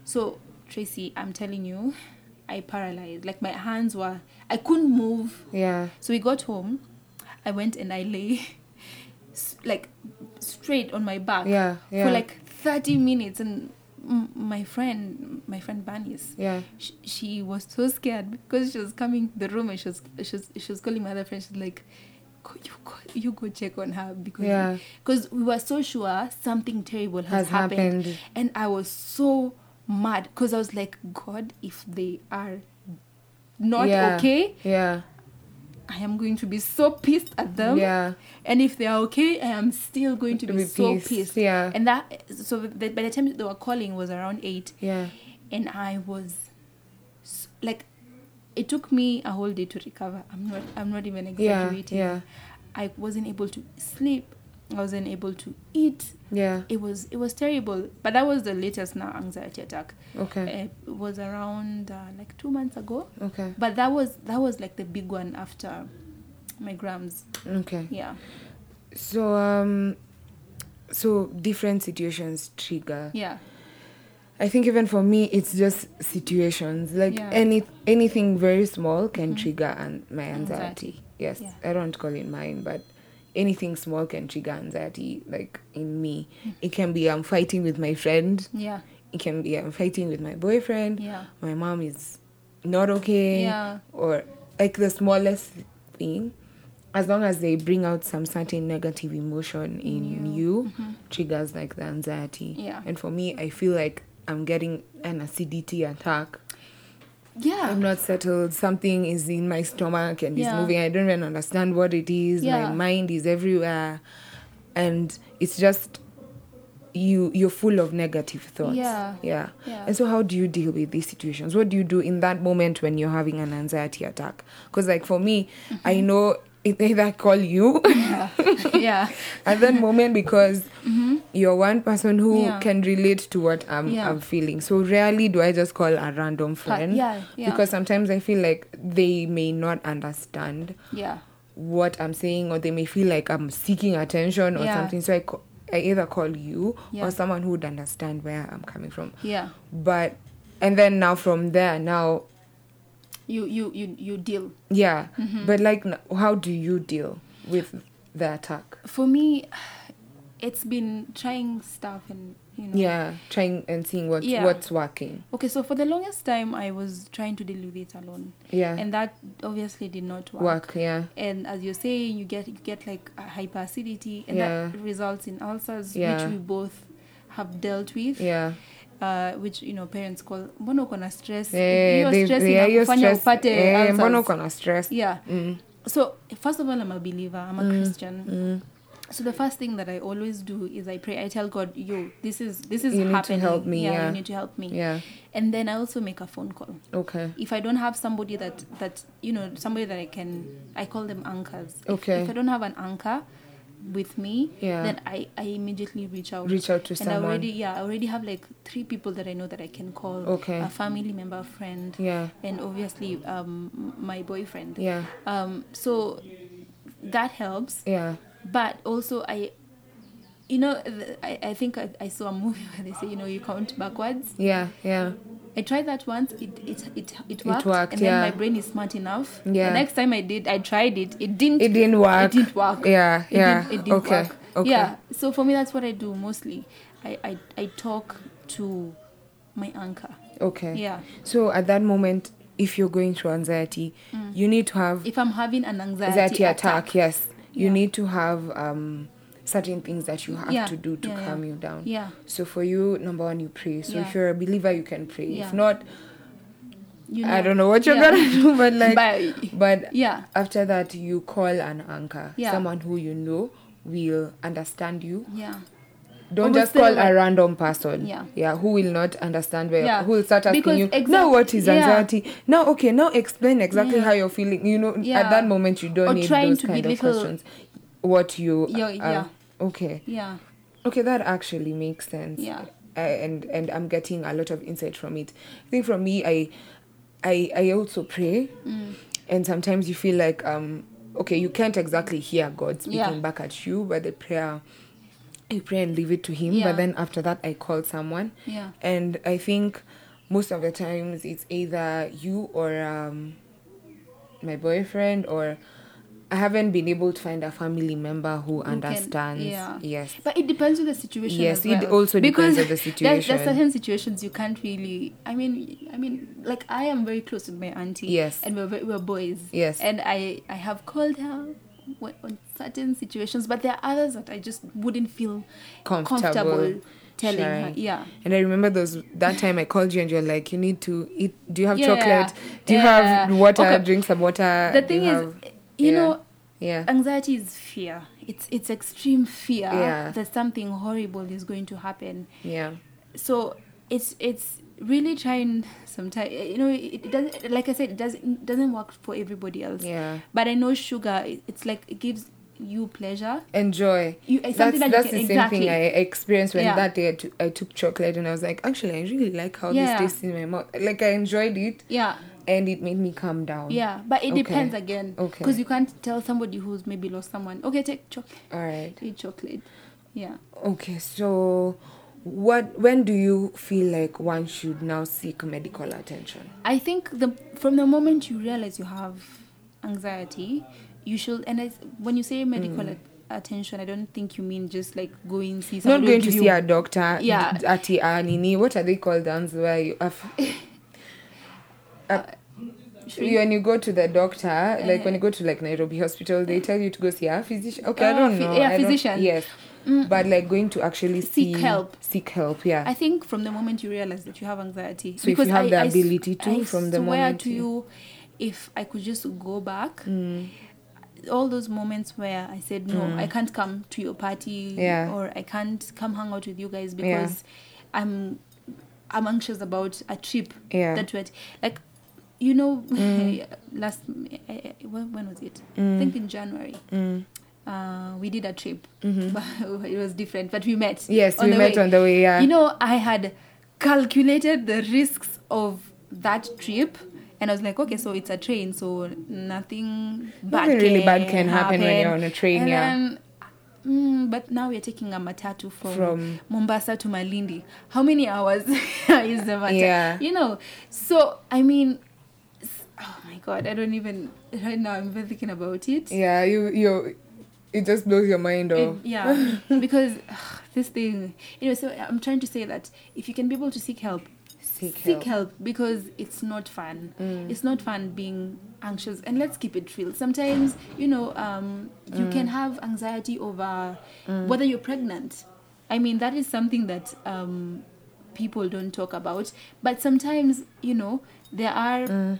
Speaker 3: So Tracy, I'm telling you, I paralyzed. Like my hands were, I couldn't move.
Speaker 2: Yeah.
Speaker 3: So we got home. I went and I lay s- like straight on my back
Speaker 2: Yeah, yeah.
Speaker 3: for like 30 minutes and m- my friend my friend Banis
Speaker 2: Yeah.
Speaker 3: sh- she was so scared because she was coming to the room and she was she was, she was calling my other friend she's like "Go- you go, you go check on her because
Speaker 2: Yeah.
Speaker 3: cause we were so sure something terrible
Speaker 2: Has
Speaker 3: has,
Speaker 2: happened.
Speaker 3: and I was so mad because I was like god if they are not
Speaker 2: yeah.
Speaker 3: okay
Speaker 2: Yeah.
Speaker 3: I am going to be so pissed at them.
Speaker 2: Yeah.
Speaker 3: And if they are okay, I am still going to be,
Speaker 2: Be
Speaker 3: so
Speaker 2: pissed,
Speaker 3: pissed.
Speaker 2: yeah.
Speaker 3: And that so the, by the time they were calling was around eight,
Speaker 2: Yeah.
Speaker 3: and I was s- like, it took me a whole day to recover. I'm not. I'm not even
Speaker 2: Yeah.
Speaker 3: exaggerating.
Speaker 2: Yeah.
Speaker 3: I wasn't able to sleep. I wasn't able to eat.
Speaker 2: Yeah.
Speaker 3: It was it was terrible. But that was the latest now anxiety attack.
Speaker 2: Okay.
Speaker 3: Uh, It was around uh, like two months ago
Speaker 2: Okay.
Speaker 3: but that was that was like the big one after my grams
Speaker 2: Okay.
Speaker 3: yeah
Speaker 2: So um so different situations trigger.
Speaker 3: yeah
Speaker 2: I think even for me it's just situations. Like
Speaker 3: Yeah. Mm-hmm.
Speaker 2: any anything very small can trigger an, my anxiety.
Speaker 3: Anxiety.
Speaker 2: Yes.
Speaker 3: Yeah.
Speaker 2: I don't call it mine, but anything small can trigger anxiety like in me.
Speaker 3: Mm-hmm.
Speaker 2: It can be I'm fighting with my friend.
Speaker 3: yeah
Speaker 2: It can be I'm fighting with my boyfriend.
Speaker 3: Yeah.
Speaker 2: My mom is not okay.
Speaker 3: Yeah.
Speaker 2: Or like the smallest thing. As long as they bring out some certain negative emotion in you, triggers like the anxiety.
Speaker 3: Yeah.
Speaker 2: And for me, I feel like I'm getting an acidity attack.
Speaker 3: yeah
Speaker 2: I'm not settled. Something is in my stomach and it's
Speaker 3: Yeah.
Speaker 2: moving. I don't even understand what it is.
Speaker 3: Yeah.
Speaker 2: My mind is everywhere, and it's just you. You're full of negative thoughts.
Speaker 3: Yeah.
Speaker 2: yeah.
Speaker 3: Yeah.
Speaker 2: And so, how do you deal with these situations? What do you do in that moment when you're having an anxiety attack? Because, like for me, I know it either call you
Speaker 3: Mm-hmm. <laughs> yeah
Speaker 2: at that moment because you're one person who
Speaker 3: Mm-hmm. Yeah.
Speaker 2: can relate to what I'm,
Speaker 3: Yeah.
Speaker 2: I'm feeling. So rarely do I just call a random friend.
Speaker 3: yeah, yeah.
Speaker 2: Because sometimes I feel like they may not understand
Speaker 3: yeah
Speaker 2: what I'm saying or they may feel like I'm seeking attention or
Speaker 3: Yeah.
Speaker 2: something. So I, ca- I either call you
Speaker 3: Yeah.
Speaker 2: or someone who would understand where I'm coming from.
Speaker 3: yeah
Speaker 2: But, and then now from there, now,
Speaker 3: you you you, you deal
Speaker 2: yeah.
Speaker 3: Mm-hmm.
Speaker 2: But like, n- how do you deal with the attack?
Speaker 3: for me it's been trying stuff and you know
Speaker 2: Yeah, trying and seeing what
Speaker 3: Yeah.
Speaker 2: what's working.
Speaker 3: okay so for the longest time i was trying to deal with it alone
Speaker 2: Yeah.
Speaker 3: and that obviously did not
Speaker 2: work yeah
Speaker 3: and as you're saying you get you get like a hyperacidity and that
Speaker 2: Yeah.
Speaker 3: results in ulcers
Speaker 2: Yeah.
Speaker 3: which we both have dealt with
Speaker 2: yeah
Speaker 3: uh, which you know parents call mbona uko na stress
Speaker 2: Eh,
Speaker 3: hiyo
Speaker 2: they-
Speaker 3: stress
Speaker 2: they- yeah, you're
Speaker 3: inakufanya
Speaker 2: stressed.
Speaker 3: upate
Speaker 2: Eh,
Speaker 3: ulcers.
Speaker 2: mbona uko na stress Mm.
Speaker 3: yeah so first of all i'm a believer i'm a christian
Speaker 2: Mm.
Speaker 3: so the first thing that i always do is i pray i tell god yo this is this is
Speaker 2: You need to
Speaker 3: happening
Speaker 2: help me, yeah.
Speaker 3: you need to help me
Speaker 2: Yeah.
Speaker 3: and then i also make a phone call
Speaker 2: okay
Speaker 3: if I don't have somebody that that you know somebody that I can I call them anchors. If-
Speaker 2: Okay.
Speaker 3: If, I don't have an anchor, with me,
Speaker 2: Yeah.
Speaker 3: then I, I immediately reach out.
Speaker 2: Reach out to
Speaker 3: and
Speaker 2: someone.
Speaker 3: I already yeah, I already have like three people that I know that I can call.
Speaker 2: Okay.
Speaker 3: A family member, a friend,
Speaker 2: Yeah.
Speaker 3: and obviously um my boyfriend.
Speaker 2: Yeah.
Speaker 3: Um so that helps
Speaker 2: Yeah.
Speaker 3: but also i you know th- i, I think I, I saw a movie <laughs> where they say you know you count backwards
Speaker 2: Yeah. Yeah.
Speaker 3: i tried that once it it it, it worked,
Speaker 2: worked,
Speaker 3: and
Speaker 2: yeah.
Speaker 3: then my brain is smart enough
Speaker 2: Yeah.
Speaker 3: the next time i did i tried it it didn't
Speaker 2: It didn't work.
Speaker 3: it didn't work
Speaker 2: Yeah,
Speaker 3: it
Speaker 2: yeah,
Speaker 3: didn't, it didn't
Speaker 2: okay,
Speaker 3: work.
Speaker 2: okay.
Speaker 3: yeah so for me that's what i do mostly i i, I talk to my anchor
Speaker 2: Okay.
Speaker 3: Yeah.
Speaker 2: So at that moment, if you're going through anxiety, you need to have
Speaker 3: if i'm having an Mm. anxiety,
Speaker 2: anxiety attack. Yes. You
Speaker 3: Yeah.
Speaker 2: need to have um, certain things that you have
Speaker 3: Yeah,
Speaker 2: to do to
Speaker 3: yeah, yeah.
Speaker 2: calm you down.
Speaker 3: Yeah.
Speaker 2: So for you, number one, you pray. So
Speaker 3: Yeah.
Speaker 2: if you're a believer, you can pray.
Speaker 3: Yeah.
Speaker 2: If not,
Speaker 3: you
Speaker 2: I don't know what you're
Speaker 3: Yeah.
Speaker 2: gonna do, but like,
Speaker 3: <laughs> But-
Speaker 2: but
Speaker 3: yeah
Speaker 2: After that, you call an anchor,
Speaker 3: Yeah.
Speaker 2: someone who you know will understand you.
Speaker 3: yeah
Speaker 2: Don't
Speaker 3: Who will
Speaker 2: just call
Speaker 3: say, like-
Speaker 2: a random person.
Speaker 3: Yeah.
Speaker 2: Yeah. Who will not understand where
Speaker 3: Yeah.
Speaker 2: who will start asking
Speaker 3: Because
Speaker 2: you
Speaker 3: exact-
Speaker 2: now what is
Speaker 3: yeah.
Speaker 2: anxiety? Now okay, now explain exactly
Speaker 3: Yeah.
Speaker 2: how you're feeling. You know, at
Speaker 3: Yeah.
Speaker 2: that moment you don't
Speaker 3: Or
Speaker 2: need
Speaker 3: trying
Speaker 2: those
Speaker 3: to
Speaker 2: kind of
Speaker 3: belittle-
Speaker 2: questions. What you
Speaker 3: Yeah,
Speaker 2: uh,
Speaker 3: yeah.
Speaker 2: okay.
Speaker 3: yeah
Speaker 2: Okay, that actually makes sense.
Speaker 3: Yeah.
Speaker 2: I- and and I'm getting a lot of insight from it. I think from me, I I I also pray,
Speaker 3: Mm.
Speaker 2: and sometimes you feel like um okay, you can't exactly hear God speaking
Speaker 3: Yeah.
Speaker 2: back at you, but the prayer you pray and leave it to Him.
Speaker 3: Yeah.
Speaker 2: But then after that, I call someone.
Speaker 3: Yeah.
Speaker 2: and I think most of the times it's either you or um my boyfriend or. I haven't been able to find a family member who
Speaker 3: who can-
Speaker 2: understands.
Speaker 3: yeah.
Speaker 2: Yes.
Speaker 3: But it depends on the situation.
Speaker 2: Yes,
Speaker 3: as
Speaker 2: it
Speaker 3: well.
Speaker 2: also depends
Speaker 3: because
Speaker 2: on the
Speaker 3: <laughs> There's,
Speaker 2: situation.
Speaker 3: there's certain situations you can't really. I mean, I mean, like I am very close with my auntie.
Speaker 2: Yes.
Speaker 3: and we're ve- we're boys.
Speaker 2: Yes.
Speaker 3: and I I have called her when- on certain situations, but there are others that I just wouldn't feel
Speaker 2: comfortable,
Speaker 3: telling her.
Speaker 2: sharing.
Speaker 3: Yeah.
Speaker 2: And I remember those that time I called you and you're like, you need to eat. Do you have
Speaker 3: Yeah,
Speaker 2: chocolate? Do you
Speaker 3: yeah.
Speaker 2: have water?
Speaker 3: Okay.
Speaker 2: Drink some water.
Speaker 3: The
Speaker 2: Do Uh,
Speaker 3: thing
Speaker 2: you
Speaker 3: is, eh,
Speaker 2: have-
Speaker 3: you
Speaker 2: yeah.
Speaker 3: know,
Speaker 2: yeah,
Speaker 3: anxiety is fear. It's it's extreme fear
Speaker 2: Yeah.
Speaker 3: that something horrible is going to happen.
Speaker 2: yeah,
Speaker 3: so it's it's really trying sometimes you know it, it doesn't like i said it doesn't doesn't work for everybody else
Speaker 2: Yeah.
Speaker 3: but i know sugar it- it's like it gives you pleasure
Speaker 2: enjoy.
Speaker 3: You- it's something that you
Speaker 2: that's
Speaker 3: can-
Speaker 2: the same
Speaker 3: exactly.
Speaker 2: thing I experienced when
Speaker 3: Yeah.
Speaker 2: that day I took- I took chocolate and I was like, actually, I really like how
Speaker 3: Yeah.
Speaker 2: this tastes in my mouth. Like I enjoyed it
Speaker 3: yeah
Speaker 2: and it made me calm down.
Speaker 3: yeah but it
Speaker 2: Um, Okay.
Speaker 3: depends again
Speaker 2: Okay.
Speaker 3: because you can't tell somebody who's maybe lost someone okay take chocolate
Speaker 2: All right.
Speaker 3: take chocolate yeah
Speaker 2: Okay, so what? When do you feel like one should now seek medical attention?
Speaker 3: I think the from the moment you realize you have anxiety, you should. And I, when you say medical at- attention, I don't think you mean just like going see.
Speaker 2: Mm. not
Speaker 3: somebody who
Speaker 2: going to
Speaker 3: give
Speaker 2: see
Speaker 3: you-
Speaker 2: a doctor.
Speaker 3: Yeah.
Speaker 2: d- Ati uh, nini. What are they called? Dance where you have.
Speaker 3: <laughs> Uh, Shrink-
Speaker 2: When you go to the doctor, like when you go to like Nairobi hospital, they tell you to go see a physician. Okay, I
Speaker 3: Oh,
Speaker 2: don't
Speaker 3: phy-
Speaker 2: know.
Speaker 3: yeah,
Speaker 2: I don't-
Speaker 3: physician. Mm.
Speaker 2: yes, but like going to actually see,
Speaker 3: Seek help.
Speaker 2: Seek help. Yeah.
Speaker 3: I think from the moment you realize that you have anxiety,
Speaker 2: So if you have the
Speaker 3: s-
Speaker 2: ability to,
Speaker 3: I
Speaker 2: from the
Speaker 3: swear
Speaker 2: moment
Speaker 3: to
Speaker 2: you- Mm.
Speaker 3: you, if I could just go back, all those moments where I said no, I can't come to your party,
Speaker 2: Yeah.
Speaker 3: or I can't come hang out with you guys
Speaker 2: Yeah.
Speaker 3: because I'm I'm anxious about a trip
Speaker 2: Yeah. Mm.
Speaker 3: that we're t- like. You know, <laughs> last I, I- when, when was it? I think in January. Uh, we did a trip, but <laughs> it was different. But we met.
Speaker 2: Mm-hmm. Yes, we met on the way, yeah.
Speaker 3: You know, know, I had calculated the risks of that trip. And I was like, okay, so it's a train, so nothing bad
Speaker 2: Nothing
Speaker 3: can
Speaker 2: really bad can happen when you're
Speaker 3: happen.
Speaker 2: on a train,
Speaker 3: And
Speaker 2: yeah.
Speaker 3: then, mm, but now we're taking a matatu from,
Speaker 2: From-
Speaker 3: Mombasa to Malindi. How many hours <laughs> is the matatu?
Speaker 2: Yeah.
Speaker 3: You know, so I mean, s- oh my God, I don't even right now. I'm even thinking about it.
Speaker 2: yeah, you you, it just blows your mind
Speaker 3: It-
Speaker 2: off.
Speaker 3: yeah, because ugh, this thing. Anyway, so I'm trying to say that if you can be able to seek help,
Speaker 2: Seek help. Mm.
Speaker 3: because it's not fun. It's not fun being anxious, and let's keep it real. Sometimes you know um, you
Speaker 2: Mm.
Speaker 3: can have anxiety over whether you're pregnant. I mean, that is something that um, people don't talk about. But sometimes you know there are
Speaker 2: Mm.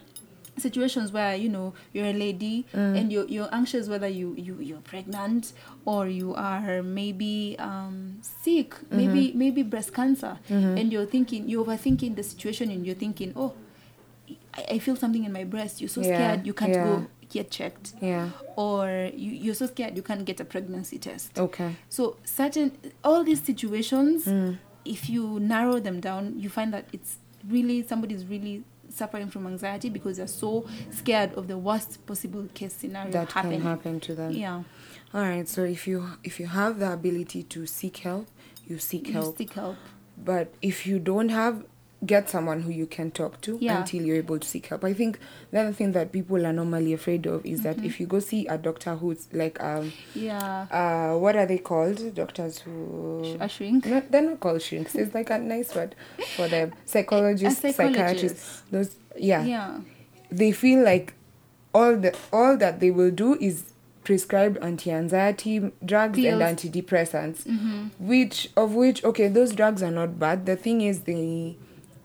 Speaker 3: situations where you know you're a lady and you're, you're anxious whether you, you you're pregnant or you are maybe um sick
Speaker 2: Mm-hmm.
Speaker 3: maybe maybe breast cancer and you're thinking you're overthinking the situation and you're thinking oh I, I feel something in my breast. You're so
Speaker 2: Yeah,
Speaker 3: scared you can't
Speaker 2: yeah.
Speaker 3: go get checked.
Speaker 2: <laughs> Yeah.
Speaker 3: Or you, you're so scared you can't get a pregnancy test.
Speaker 2: Okay.
Speaker 3: So certain all these situations,
Speaker 2: Mm.
Speaker 3: if you narrow them down, you find that it's really somebody's really suffering from anxiety because they're so scared of the worst possible case scenario
Speaker 2: That
Speaker 3: happening.
Speaker 2: can happen to them.
Speaker 3: Yeah,
Speaker 2: All right. So if you if you have the ability to seek help, you seek
Speaker 3: you
Speaker 2: help.
Speaker 3: seek help.
Speaker 2: but if you don't have get someone who you can talk to
Speaker 3: Yeah.
Speaker 2: until you're able to seek help i think the other thing that people are normally afraid of is
Speaker 3: Mm-hmm.
Speaker 2: that if you go see a doctor who's like um
Speaker 3: Yeah,
Speaker 2: uh what are they called doctors who
Speaker 3: a shrink.
Speaker 2: no, they're not called shrinks it's like a nice word for
Speaker 3: <laughs>
Speaker 2: them psychologists psychiatrists
Speaker 3: psychologist.
Speaker 2: those
Speaker 3: Yeah,
Speaker 2: they feel like all the all that they will do is prescribe anti-anxiety drugs
Speaker 3: Pills. Mm-hmm.
Speaker 2: and antidepressants which of which okay those drugs are not bad the thing is they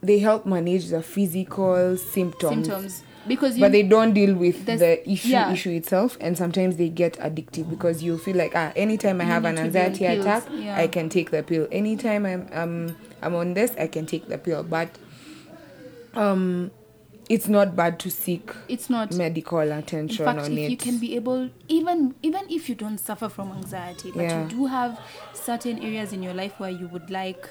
Speaker 2: they help manage the physical symptoms,
Speaker 3: symptoms because you
Speaker 2: but they don't deal with
Speaker 3: There's-
Speaker 2: the issue
Speaker 3: yeah.
Speaker 2: issue itself and sometimes they get addicted because you'll feel like ah anytime i have
Speaker 3: need
Speaker 2: an
Speaker 3: to be on
Speaker 2: anxiety
Speaker 3: pills,
Speaker 2: attack
Speaker 3: yeah.
Speaker 2: i can take the pill anytime i'm um i'm on this i can take the pill but um it's not bad to seek
Speaker 3: it's not.
Speaker 2: medical
Speaker 3: In
Speaker 2: attention
Speaker 3: fact,
Speaker 2: on
Speaker 3: if
Speaker 2: it.
Speaker 3: you can be able, even even if you don't suffer from anxiety, but
Speaker 2: Yeah.
Speaker 3: you do have certain areas in your life where you would like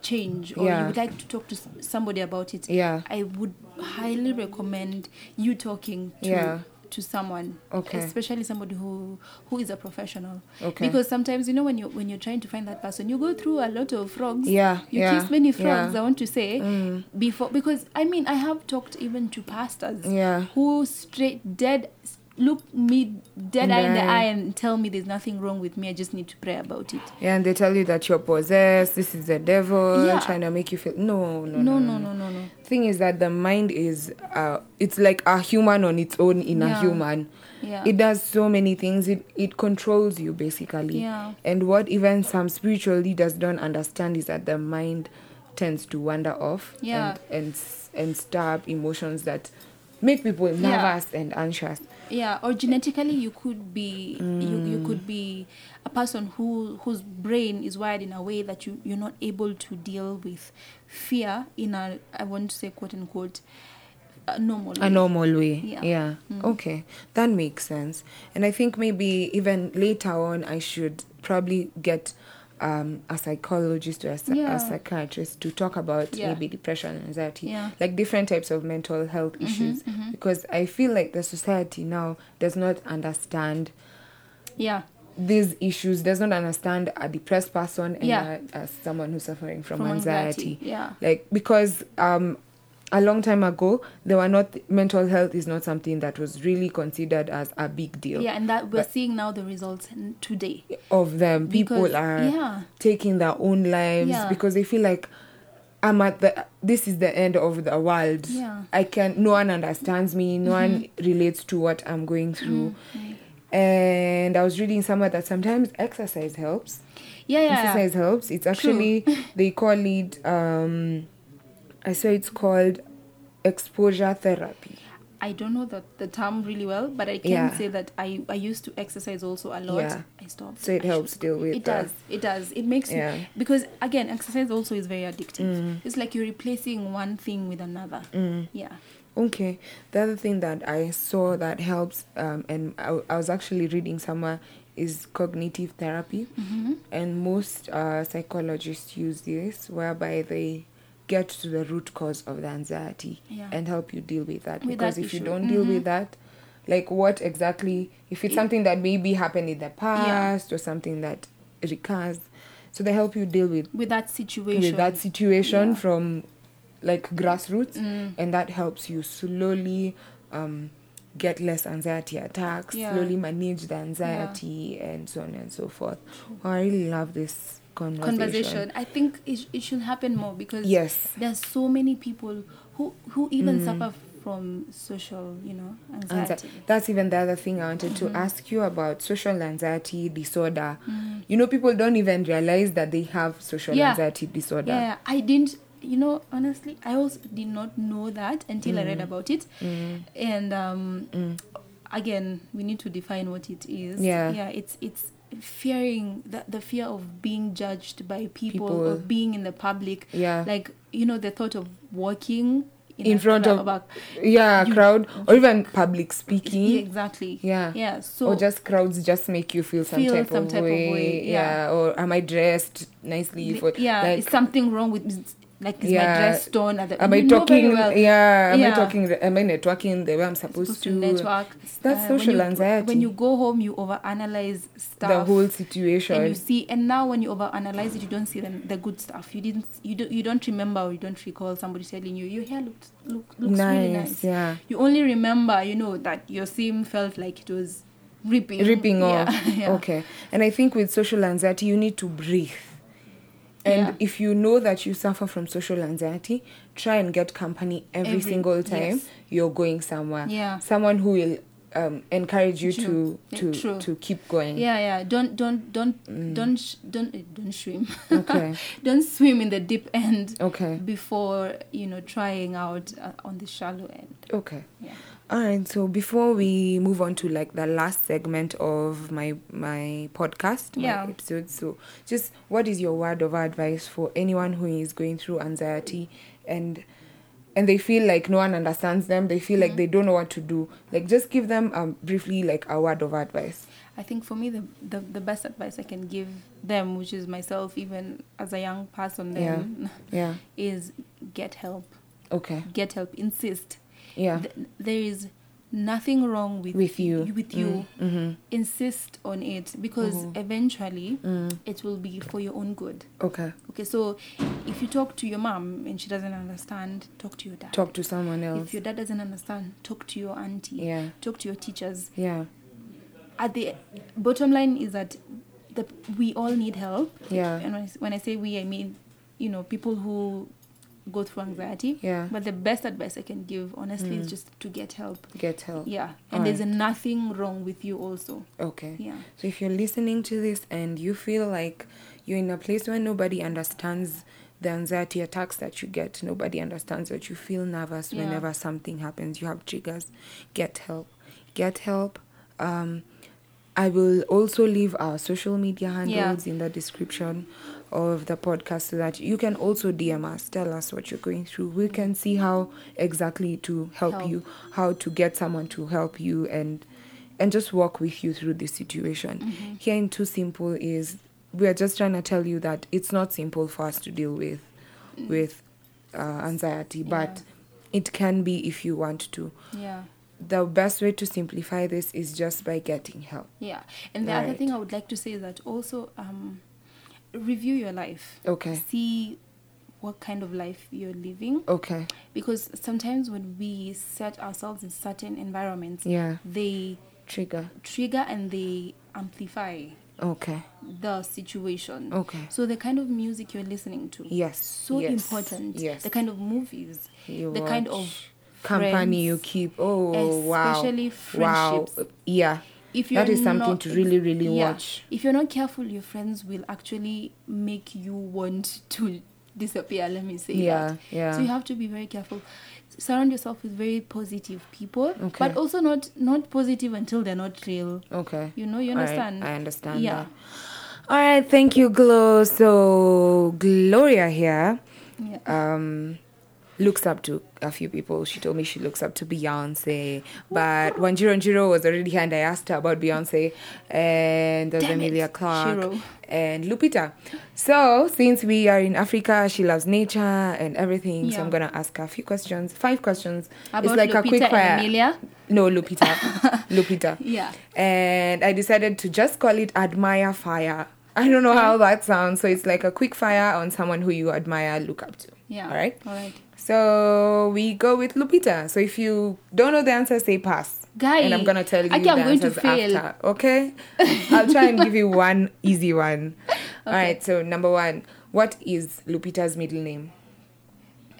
Speaker 3: change or
Speaker 2: Yeah.
Speaker 3: you would like to talk to s- somebody about it,
Speaker 2: Yeah.
Speaker 3: I would highly recommend you talking to
Speaker 2: Yeah.
Speaker 3: to someone,
Speaker 2: Okay.
Speaker 3: especially somebody who who is a professional.
Speaker 2: Okay.
Speaker 3: Because sometimes you know when you when you're trying to find that person, you go through a lot of frogs.
Speaker 2: Yeah,
Speaker 3: You
Speaker 2: yeah,
Speaker 3: kiss many
Speaker 2: yeah.
Speaker 3: frogs. I want to say
Speaker 2: Mm.
Speaker 3: before because I mean I have talked even to pastors
Speaker 2: Yeah.
Speaker 3: who straight dead look me dead eye in the
Speaker 2: Yeah.
Speaker 3: eye and tell me there's nothing wrong with me. I just need to pray about it.
Speaker 2: yeah, and they tell you that you're possessed. This is the devil
Speaker 3: Yeah.
Speaker 2: trying to make you feel. No, no,
Speaker 3: No,
Speaker 2: no,
Speaker 3: no, no, no, no.
Speaker 2: Thing is that the mind is, uh, it's like a human on its own in
Speaker 3: Yeah.
Speaker 2: a human.
Speaker 3: Yeah.
Speaker 2: It does so many things. It it controls you basically.
Speaker 3: Yeah.
Speaker 2: And what even some spiritual leaders don't understand is that the mind tends to wander off.
Speaker 3: Yeah.
Speaker 2: And and, s- and stir up emotions that make people nervous and anxious.
Speaker 3: Yeah, or genetically you could be you, you could be a person who whose brain is wired in a way that you you're not able to deal with fear in a I want to say quote unquote a normal
Speaker 2: a
Speaker 3: way.
Speaker 2: normal way
Speaker 3: Yeah. Mm.
Speaker 2: yeah, okay that makes sense and i think maybe even later on i should probably get um, a psychologist or a, psy-
Speaker 3: Yeah.
Speaker 2: a psychiatrist to talk about
Speaker 3: Yeah.
Speaker 2: maybe depression anxiety
Speaker 3: Yeah. Mm-hmm,
Speaker 2: like different types of mental health issues because i feel like the society now does not understand
Speaker 3: yeah
Speaker 2: these issues does not understand a depressed person and
Speaker 3: Yeah.
Speaker 2: a, a- someone who's suffering from,
Speaker 3: From anxiety,
Speaker 2: anxiety.
Speaker 3: yeah.
Speaker 2: like because um a long time ago there were not mental health is not something that was really considered as a big deal
Speaker 3: yeah and that we're
Speaker 2: But-
Speaker 3: seeing now the results n- today
Speaker 2: of them people
Speaker 3: Because-
Speaker 2: are
Speaker 3: yeah.
Speaker 2: taking their own lives
Speaker 3: Yeah.
Speaker 2: because they feel like i'm at the this is the end of the world
Speaker 3: Yeah. Mm-hmm.
Speaker 2: i can no one understands me no one relates to what i'm going through and i was reading somewhere that sometimes exercise helps
Speaker 3: yeah yeah, yeah.
Speaker 2: exercise helps it's actually they call it um i saw it's called exposure therapy
Speaker 3: I don't know the, the term really well, but I can
Speaker 2: Yeah.
Speaker 3: say that I, I used to exercise also a lot.
Speaker 2: Yeah.
Speaker 3: I stopped.
Speaker 2: so it helps deal with
Speaker 3: It
Speaker 2: the-
Speaker 3: does. It does. It makes
Speaker 2: Yeah. Mm.
Speaker 3: you because again, exercise also is very addictive. It's like you're replacing one thing with another. Yeah.
Speaker 2: Okay. The other thing that I saw that helps, um, and I, I was actually reading somewhere, is cognitive therapy.
Speaker 3: Mm-hmm.
Speaker 2: And most uh, psychologists use this, whereby they get to the root cause of the anxiety
Speaker 3: Yeah.
Speaker 2: and help you deal with that.
Speaker 3: With
Speaker 2: because
Speaker 3: that
Speaker 2: if you
Speaker 3: issue. Mm-hmm.
Speaker 2: don't deal with that, like what exactly, if it's something that maybe happened in the past or something that recurs, so they help you deal with
Speaker 3: With that situation.
Speaker 2: with that situation
Speaker 3: Yeah. Mm.
Speaker 2: from like grassroots and that helps you slowly um, get less anxiety attacks
Speaker 3: Yeah.
Speaker 2: slowly manage the anxiety and so on and so forth Oh, i really love this conversation,
Speaker 3: conversation. I think it, sh- it should happen more because
Speaker 2: Yes. Mm.
Speaker 3: there's so many people who who even suffer from social, you know, anxiety. Mm-hmm.
Speaker 2: Anxi- That's even the other thing I wanted to ask you about social anxiety disorder. You know, people don't even realize that they have social
Speaker 3: Yeah.
Speaker 2: anxiety disorder.
Speaker 3: Yeah, I didn't. You know, honestly, I also did not know that until I read
Speaker 2: Mm.
Speaker 3: about it. And um, again, we need to define what it is.
Speaker 2: Yeah.
Speaker 3: yeah. It's it's fearing the, the fear of being judged by people,
Speaker 2: People.
Speaker 3: or being in the public.
Speaker 2: Yeah.
Speaker 3: like you know the thought of working in,
Speaker 2: in
Speaker 3: a
Speaker 2: front
Speaker 3: cra-
Speaker 2: of yeah
Speaker 3: you-
Speaker 2: crowd or even public
Speaker 3: yeah,
Speaker 2: speaking
Speaker 3: exactly
Speaker 2: Yeah.
Speaker 3: yeah so
Speaker 2: or just crowds just make you feel some,
Speaker 3: Feel
Speaker 2: type,
Speaker 3: some
Speaker 2: of
Speaker 3: type of
Speaker 2: way.
Speaker 3: way,
Speaker 2: yeah.
Speaker 3: yeah.
Speaker 2: or am i dressed nicely for
Speaker 3: yeah
Speaker 2: like,
Speaker 3: is something wrong with like is
Speaker 2: Yeah.
Speaker 3: my dress torn at the,
Speaker 2: am i
Speaker 3: you know very
Speaker 2: talking
Speaker 3: well
Speaker 2: yeah am i
Speaker 3: Yeah.
Speaker 2: talking am i networking the way i'm supposed, uh,
Speaker 3: supposed to network uh,
Speaker 2: that's
Speaker 3: when
Speaker 2: social
Speaker 3: you-
Speaker 2: anxiety.
Speaker 3: when you go home you overanalyze stuff
Speaker 2: the whole situation
Speaker 3: and you see and now when you overanalyze it you don't see them the good stuff you didn't you don't you don't remember or you don't recall somebody telling you your hair looks look, looks really
Speaker 2: Nice,
Speaker 3: nice
Speaker 2: yeah.
Speaker 3: you only remember you know that your seam felt like it was ripping
Speaker 2: ripping
Speaker 3: Yeah,
Speaker 2: off.
Speaker 3: <laughs> yeah.
Speaker 2: Okay. And I think with social anxiety, you need to breathe. And
Speaker 3: Yeah.
Speaker 2: if you know that you suffer from social anxiety, try and get company every,
Speaker 3: Every-
Speaker 2: single time
Speaker 3: yes.
Speaker 2: you're going somewhere.
Speaker 3: Yeah.
Speaker 2: Someone who will um, encourage you
Speaker 3: True.
Speaker 2: to
Speaker 3: Yeah,
Speaker 2: to
Speaker 3: true.
Speaker 2: to keep going.
Speaker 3: yeah yeah don't don't don't don't sh- don't eh, don't swim
Speaker 2: Mm.
Speaker 3: <laughs>
Speaker 2: Okay.
Speaker 3: don't swim in the deep end
Speaker 2: Okay.
Speaker 3: before you know trying out uh, on the shallow end
Speaker 2: Okay.
Speaker 3: yeah
Speaker 2: All right. So before we move on to like the last segment of my my podcast, my
Speaker 3: Yeah.
Speaker 2: episode, so just what is your word of advice for anyone who is going through anxiety and and they feel like no one understands them, they feel like they don't know what to do. Like just give them um briefly like a word of advice.
Speaker 3: I think for me, the, the, the best advice I can give them, which is myself, even as a young person, then,
Speaker 2: Yeah.
Speaker 3: <laughs> is get help.
Speaker 2: Okay.
Speaker 3: Get help. Insist.
Speaker 2: Yeah.
Speaker 3: Th- there is nothing wrong with,
Speaker 2: With you. Mm. Mm-hmm.
Speaker 3: With you. Insist on it because eventually
Speaker 2: Mm.
Speaker 3: it will be for your own good.
Speaker 2: Okay.
Speaker 3: Okay, so if you talk to your mom and she doesn't understand, talk to your dad.
Speaker 2: Talk to someone
Speaker 3: if
Speaker 2: else.
Speaker 3: your dad doesn't understand, talk to your auntie.
Speaker 2: Yeah.
Speaker 3: Talk to your teachers.
Speaker 2: Yeah.
Speaker 3: at the bottom line is that the, we all need help.
Speaker 2: Yeah.
Speaker 3: And when I, s- when I say we, I mean, you know, people who go through anxiety.
Speaker 2: Yeah. Mm.
Speaker 3: But the best advice I can give, honestly, is just to get help.
Speaker 2: Get help.
Speaker 3: Yeah. And there's nothing wrong with you, also.
Speaker 2: Okay.
Speaker 3: Yeah.
Speaker 2: So if you're listening to this and you feel like you're in a place where nobody understands the anxiety attacks that you get, nobody understands that you feel nervous
Speaker 3: Yeah.
Speaker 2: whenever something happens, you have triggers, get help. Get help. Um, I will also leave our social media handles in the description of the podcast so that you can also DM us, tell us what you're going through. We can see how exactly to help,
Speaker 3: Help.
Speaker 2: you, how to get someone to help you and and just walk with you through this situation. Here in Too Simple is we are just trying to tell you that it's not simple for us to deal with with uh, anxiety, but it can be if you want to.
Speaker 3: Yeah.
Speaker 2: The best way to simplify this is just by getting help.
Speaker 3: Yeah. And the other
Speaker 2: Right.
Speaker 3: thing I would like to say is that also um, review your life.
Speaker 2: Okay.
Speaker 3: See what kind of life you're living.
Speaker 2: Okay.
Speaker 3: Because sometimes when we set ourselves in certain environments,
Speaker 2: Yeah.
Speaker 3: they
Speaker 2: Trigger.
Speaker 3: trigger and they amplify
Speaker 2: Okay.
Speaker 3: the situation.
Speaker 2: Okay.
Speaker 3: So the kind of music you're listening to.
Speaker 2: Yes,
Speaker 3: So
Speaker 2: yes,
Speaker 3: important.
Speaker 2: yes.
Speaker 3: The kind of movies.
Speaker 2: You
Speaker 3: the kind of
Speaker 2: watch company you
Speaker 3: friends.
Speaker 2: keep. Oh wow.
Speaker 3: especially
Speaker 2: Wow.
Speaker 3: friendships.
Speaker 2: Yeah.
Speaker 3: If you're
Speaker 2: That is something
Speaker 3: not-
Speaker 2: to really, really
Speaker 3: yeah.
Speaker 2: watch.
Speaker 3: If you're not careful, your friends will actually make you want to <laughs> disappear. Let me say
Speaker 2: Yeah,
Speaker 3: that.
Speaker 2: yeah.
Speaker 3: So you have to be very careful. Surround yourself with very positive people,
Speaker 2: Okay.
Speaker 3: but also not not positive until they're not real.
Speaker 2: Okay.
Speaker 3: You know, you
Speaker 2: All right,
Speaker 3: understand?
Speaker 2: I understand.
Speaker 3: Yeah.
Speaker 2: that. All right. Thank you, Glow. So Gloria here.
Speaker 3: Yeah.
Speaker 2: um looks up to a few people. She told me she looks up to Beyonce, but Wanjiro Njiro was already here, and I asked her about Beyonce, and there's
Speaker 3: Damn it,
Speaker 2: Emilia Clarke
Speaker 3: Shiro.
Speaker 2: and Lupita. So since we are in Africa, she loves nature and everything. So
Speaker 3: Yeah.
Speaker 2: I'm gonna ask her a few questions, five questions.
Speaker 3: About Lupita and Emilia?
Speaker 2: No, Lupita,
Speaker 3: <laughs>
Speaker 2: Lupita.
Speaker 3: Yeah.
Speaker 2: And I decided to just call it admire fire. I don't know
Speaker 3: Uh-huh.
Speaker 2: how that sounds. So it's like a quick fire on someone who you admire, look up to.
Speaker 3: Yeah.
Speaker 2: All right.
Speaker 3: All right.
Speaker 2: So we go with Lupita. So if you don't know the answer, say pass.
Speaker 3: Guy,
Speaker 2: and I'm gonna tell you
Speaker 3: okay,
Speaker 2: the
Speaker 3: I'm going to
Speaker 2: answers
Speaker 3: fail.
Speaker 2: after. Okay, I'll try and
Speaker 3: <laughs>
Speaker 2: give you one easy one. All
Speaker 3: Okay.
Speaker 2: right. So number one, what is Lupita's middle name?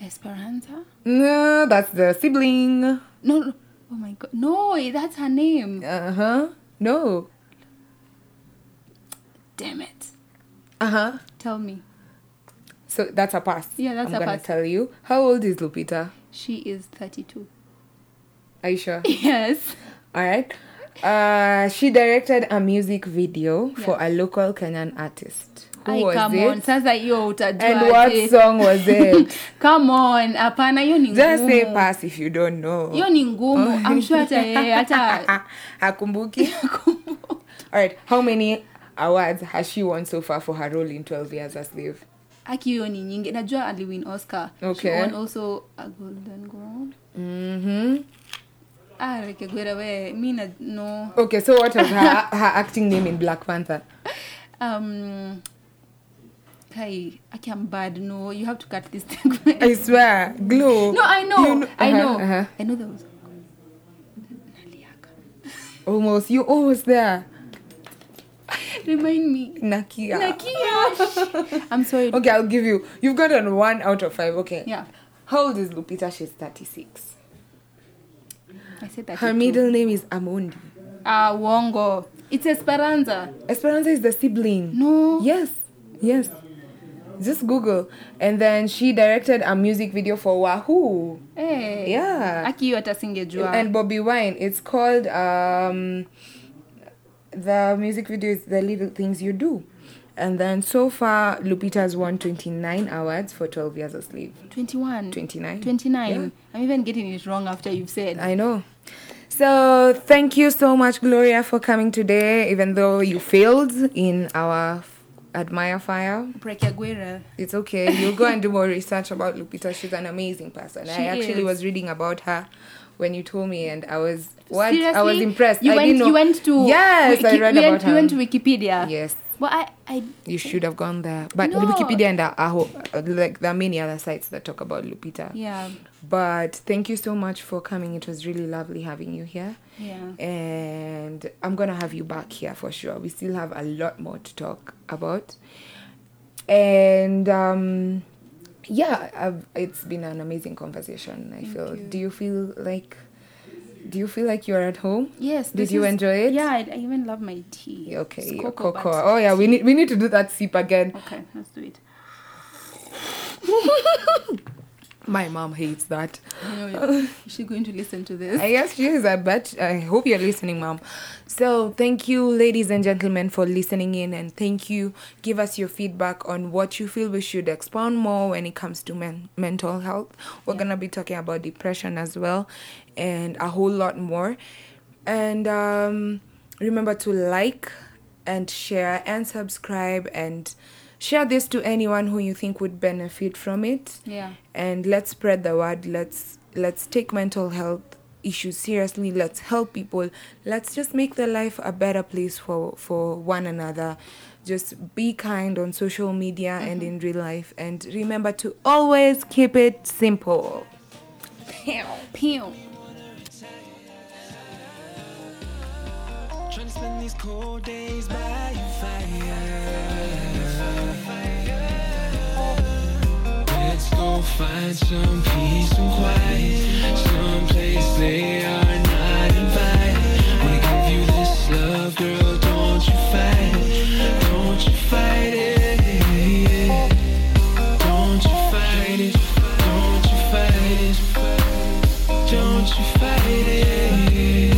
Speaker 3: Esperanza?
Speaker 2: No, that's the sibling. Uh
Speaker 3: No, no. Oh my god. No, eh, that's her name.
Speaker 2: huh. Uh-huh. No.
Speaker 3: Damn it.
Speaker 2: Uh huh.
Speaker 3: Tell me.
Speaker 2: So that's a pass.
Speaker 3: Yeah, that's
Speaker 2: I'm
Speaker 3: a
Speaker 2: gonna
Speaker 3: pass.
Speaker 2: tell you. How old is Lupita?
Speaker 3: She is 32.
Speaker 2: Are you sure?
Speaker 3: <laughs>
Speaker 2: <laughs>
Speaker 3: Yes.
Speaker 2: All right. Uh, she directed a music video for a
Speaker 3: Yeah.
Speaker 2: local Kenyan artist. Who
Speaker 3: Ai,
Speaker 2: was
Speaker 3: come
Speaker 2: it?
Speaker 3: on sasa hiyo utajua
Speaker 2: And what
Speaker 3: aje.
Speaker 2: song was it?
Speaker 3: <laughs> come on hapana hiyo ni
Speaker 2: Just say
Speaker 3: ngumu
Speaker 2: pass if you don't know. Oh.
Speaker 3: hiyo ni ngumu I'm sure
Speaker 2: <laughs>
Speaker 3: hata yeye hata <laughs>
Speaker 2: hakumbuki all right how many awards has she won so far for her role in 12 years a slave
Speaker 3: aki hiyo ni nyingi najua aliwin oscar
Speaker 2: Okay.
Speaker 3: She won also a golden globe
Speaker 2: mm-hmm.
Speaker 3: ah like gwera we mi na no
Speaker 2: okay so what was
Speaker 3: <laughs>
Speaker 2: her, her acting name in black panther
Speaker 3: um kai aki I'm bad no you have to cut this thing
Speaker 2: i swear glow
Speaker 3: <laughs> no I know,
Speaker 2: You
Speaker 3: I
Speaker 2: uh-huh,
Speaker 3: know
Speaker 2: uh-huh.
Speaker 3: I know there was Naliaka.
Speaker 2: almost you almost there
Speaker 3: remind me
Speaker 2: nakia
Speaker 3: Nakia. I'm sorry
Speaker 2: okay i'll give you you've gotten one out of five okay
Speaker 3: yeah
Speaker 2: how old is lupita she's 36
Speaker 3: I said that
Speaker 2: her
Speaker 3: too.
Speaker 2: middle name is amundi
Speaker 3: ah wongo it's Esperanza
Speaker 2: esperanza is the sibling
Speaker 3: no
Speaker 2: Yes, yes. Just Google. And then she directed a music video for Wahoo.
Speaker 3: Eh,
Speaker 2: Yeah.
Speaker 3: aki hiyo hata singejua
Speaker 2: And Bobby Wine. It's called um the music video is The Little Things You Do. And then so far Lupita's won twenty nine awards for twelve years a slave.
Speaker 3: 21
Speaker 2: Twenty nine.
Speaker 3: 29
Speaker 2: Yeah.
Speaker 3: i'm even getting it wrong after you've said
Speaker 2: I know. So thank you so much, Gloria, for coming today, even though you failed in our Admire Fire.
Speaker 3: break aguera
Speaker 2: It's okay. You'll go and do
Speaker 3: <laughs>
Speaker 2: more research about Lupita. She's an amazing person. I
Speaker 3: She
Speaker 2: actually
Speaker 3: is.
Speaker 2: was reading about her when you told me, and I was what I was
Speaker 3: Seriously?
Speaker 2: impressed.
Speaker 3: you
Speaker 2: I
Speaker 3: went
Speaker 2: didn't know.
Speaker 3: you went to
Speaker 2: yes,
Speaker 3: Wiki-
Speaker 2: I read
Speaker 3: you
Speaker 2: about
Speaker 3: went,
Speaker 2: her.
Speaker 3: you went to wikipedia
Speaker 2: yes,
Speaker 3: well i i
Speaker 2: you should have gone there, but
Speaker 3: No.
Speaker 2: Wikipedia and uh, uh, like there are many other sites that talk about Lupita.
Speaker 3: yeah
Speaker 2: But thank you so much for coming. It was really lovely having you here,
Speaker 3: yeah
Speaker 2: and I'm gonna have you back here for sure. We still have a lot more to talk about. and um yeah I've, it's been an amazing conversation i feel
Speaker 3: you.
Speaker 2: do you feel like do you feel like you're at home
Speaker 3: yes
Speaker 2: Did
Speaker 3: this
Speaker 2: you
Speaker 3: is-
Speaker 2: enjoy it?
Speaker 3: yeah I, I even love my tea
Speaker 2: okay
Speaker 3: It's
Speaker 2: your
Speaker 3: cocoa, but-
Speaker 2: cocoa. oh yeah we need we need to do that sip again
Speaker 3: okay let's do it
Speaker 2: my mom hates that
Speaker 3: Oh, you <laughs> know, she's going to listen to
Speaker 2: <laughs>
Speaker 3: this
Speaker 2: I guess she is. I bet. I hope you're listening, Mom. So, thank you, ladies and gentlemen, for listening in. And thank you. Give us your feedback on what you feel we should expound more when it comes to men- mental health. We're going to be talking about depression as well and a whole lot more. And um, remember to like and share and subscribe and share this to anyone who you think would benefit from it
Speaker 3: yeah
Speaker 2: and let's spread the word let's let's take mental health issues seriously let's help people let's just make their life a better place for for one another just be kind on social media and in real life and remember to always keep it simple
Speaker 3: pew pew
Speaker 1: Trying to spend these cold days by your fire. Let's go find some peace and quiet. Someplace they are not invited. Wanna give you this love, girl. Don't you fight it. Don't you fight it. Don't you fight it. Don't you fight it. Don't you fight it.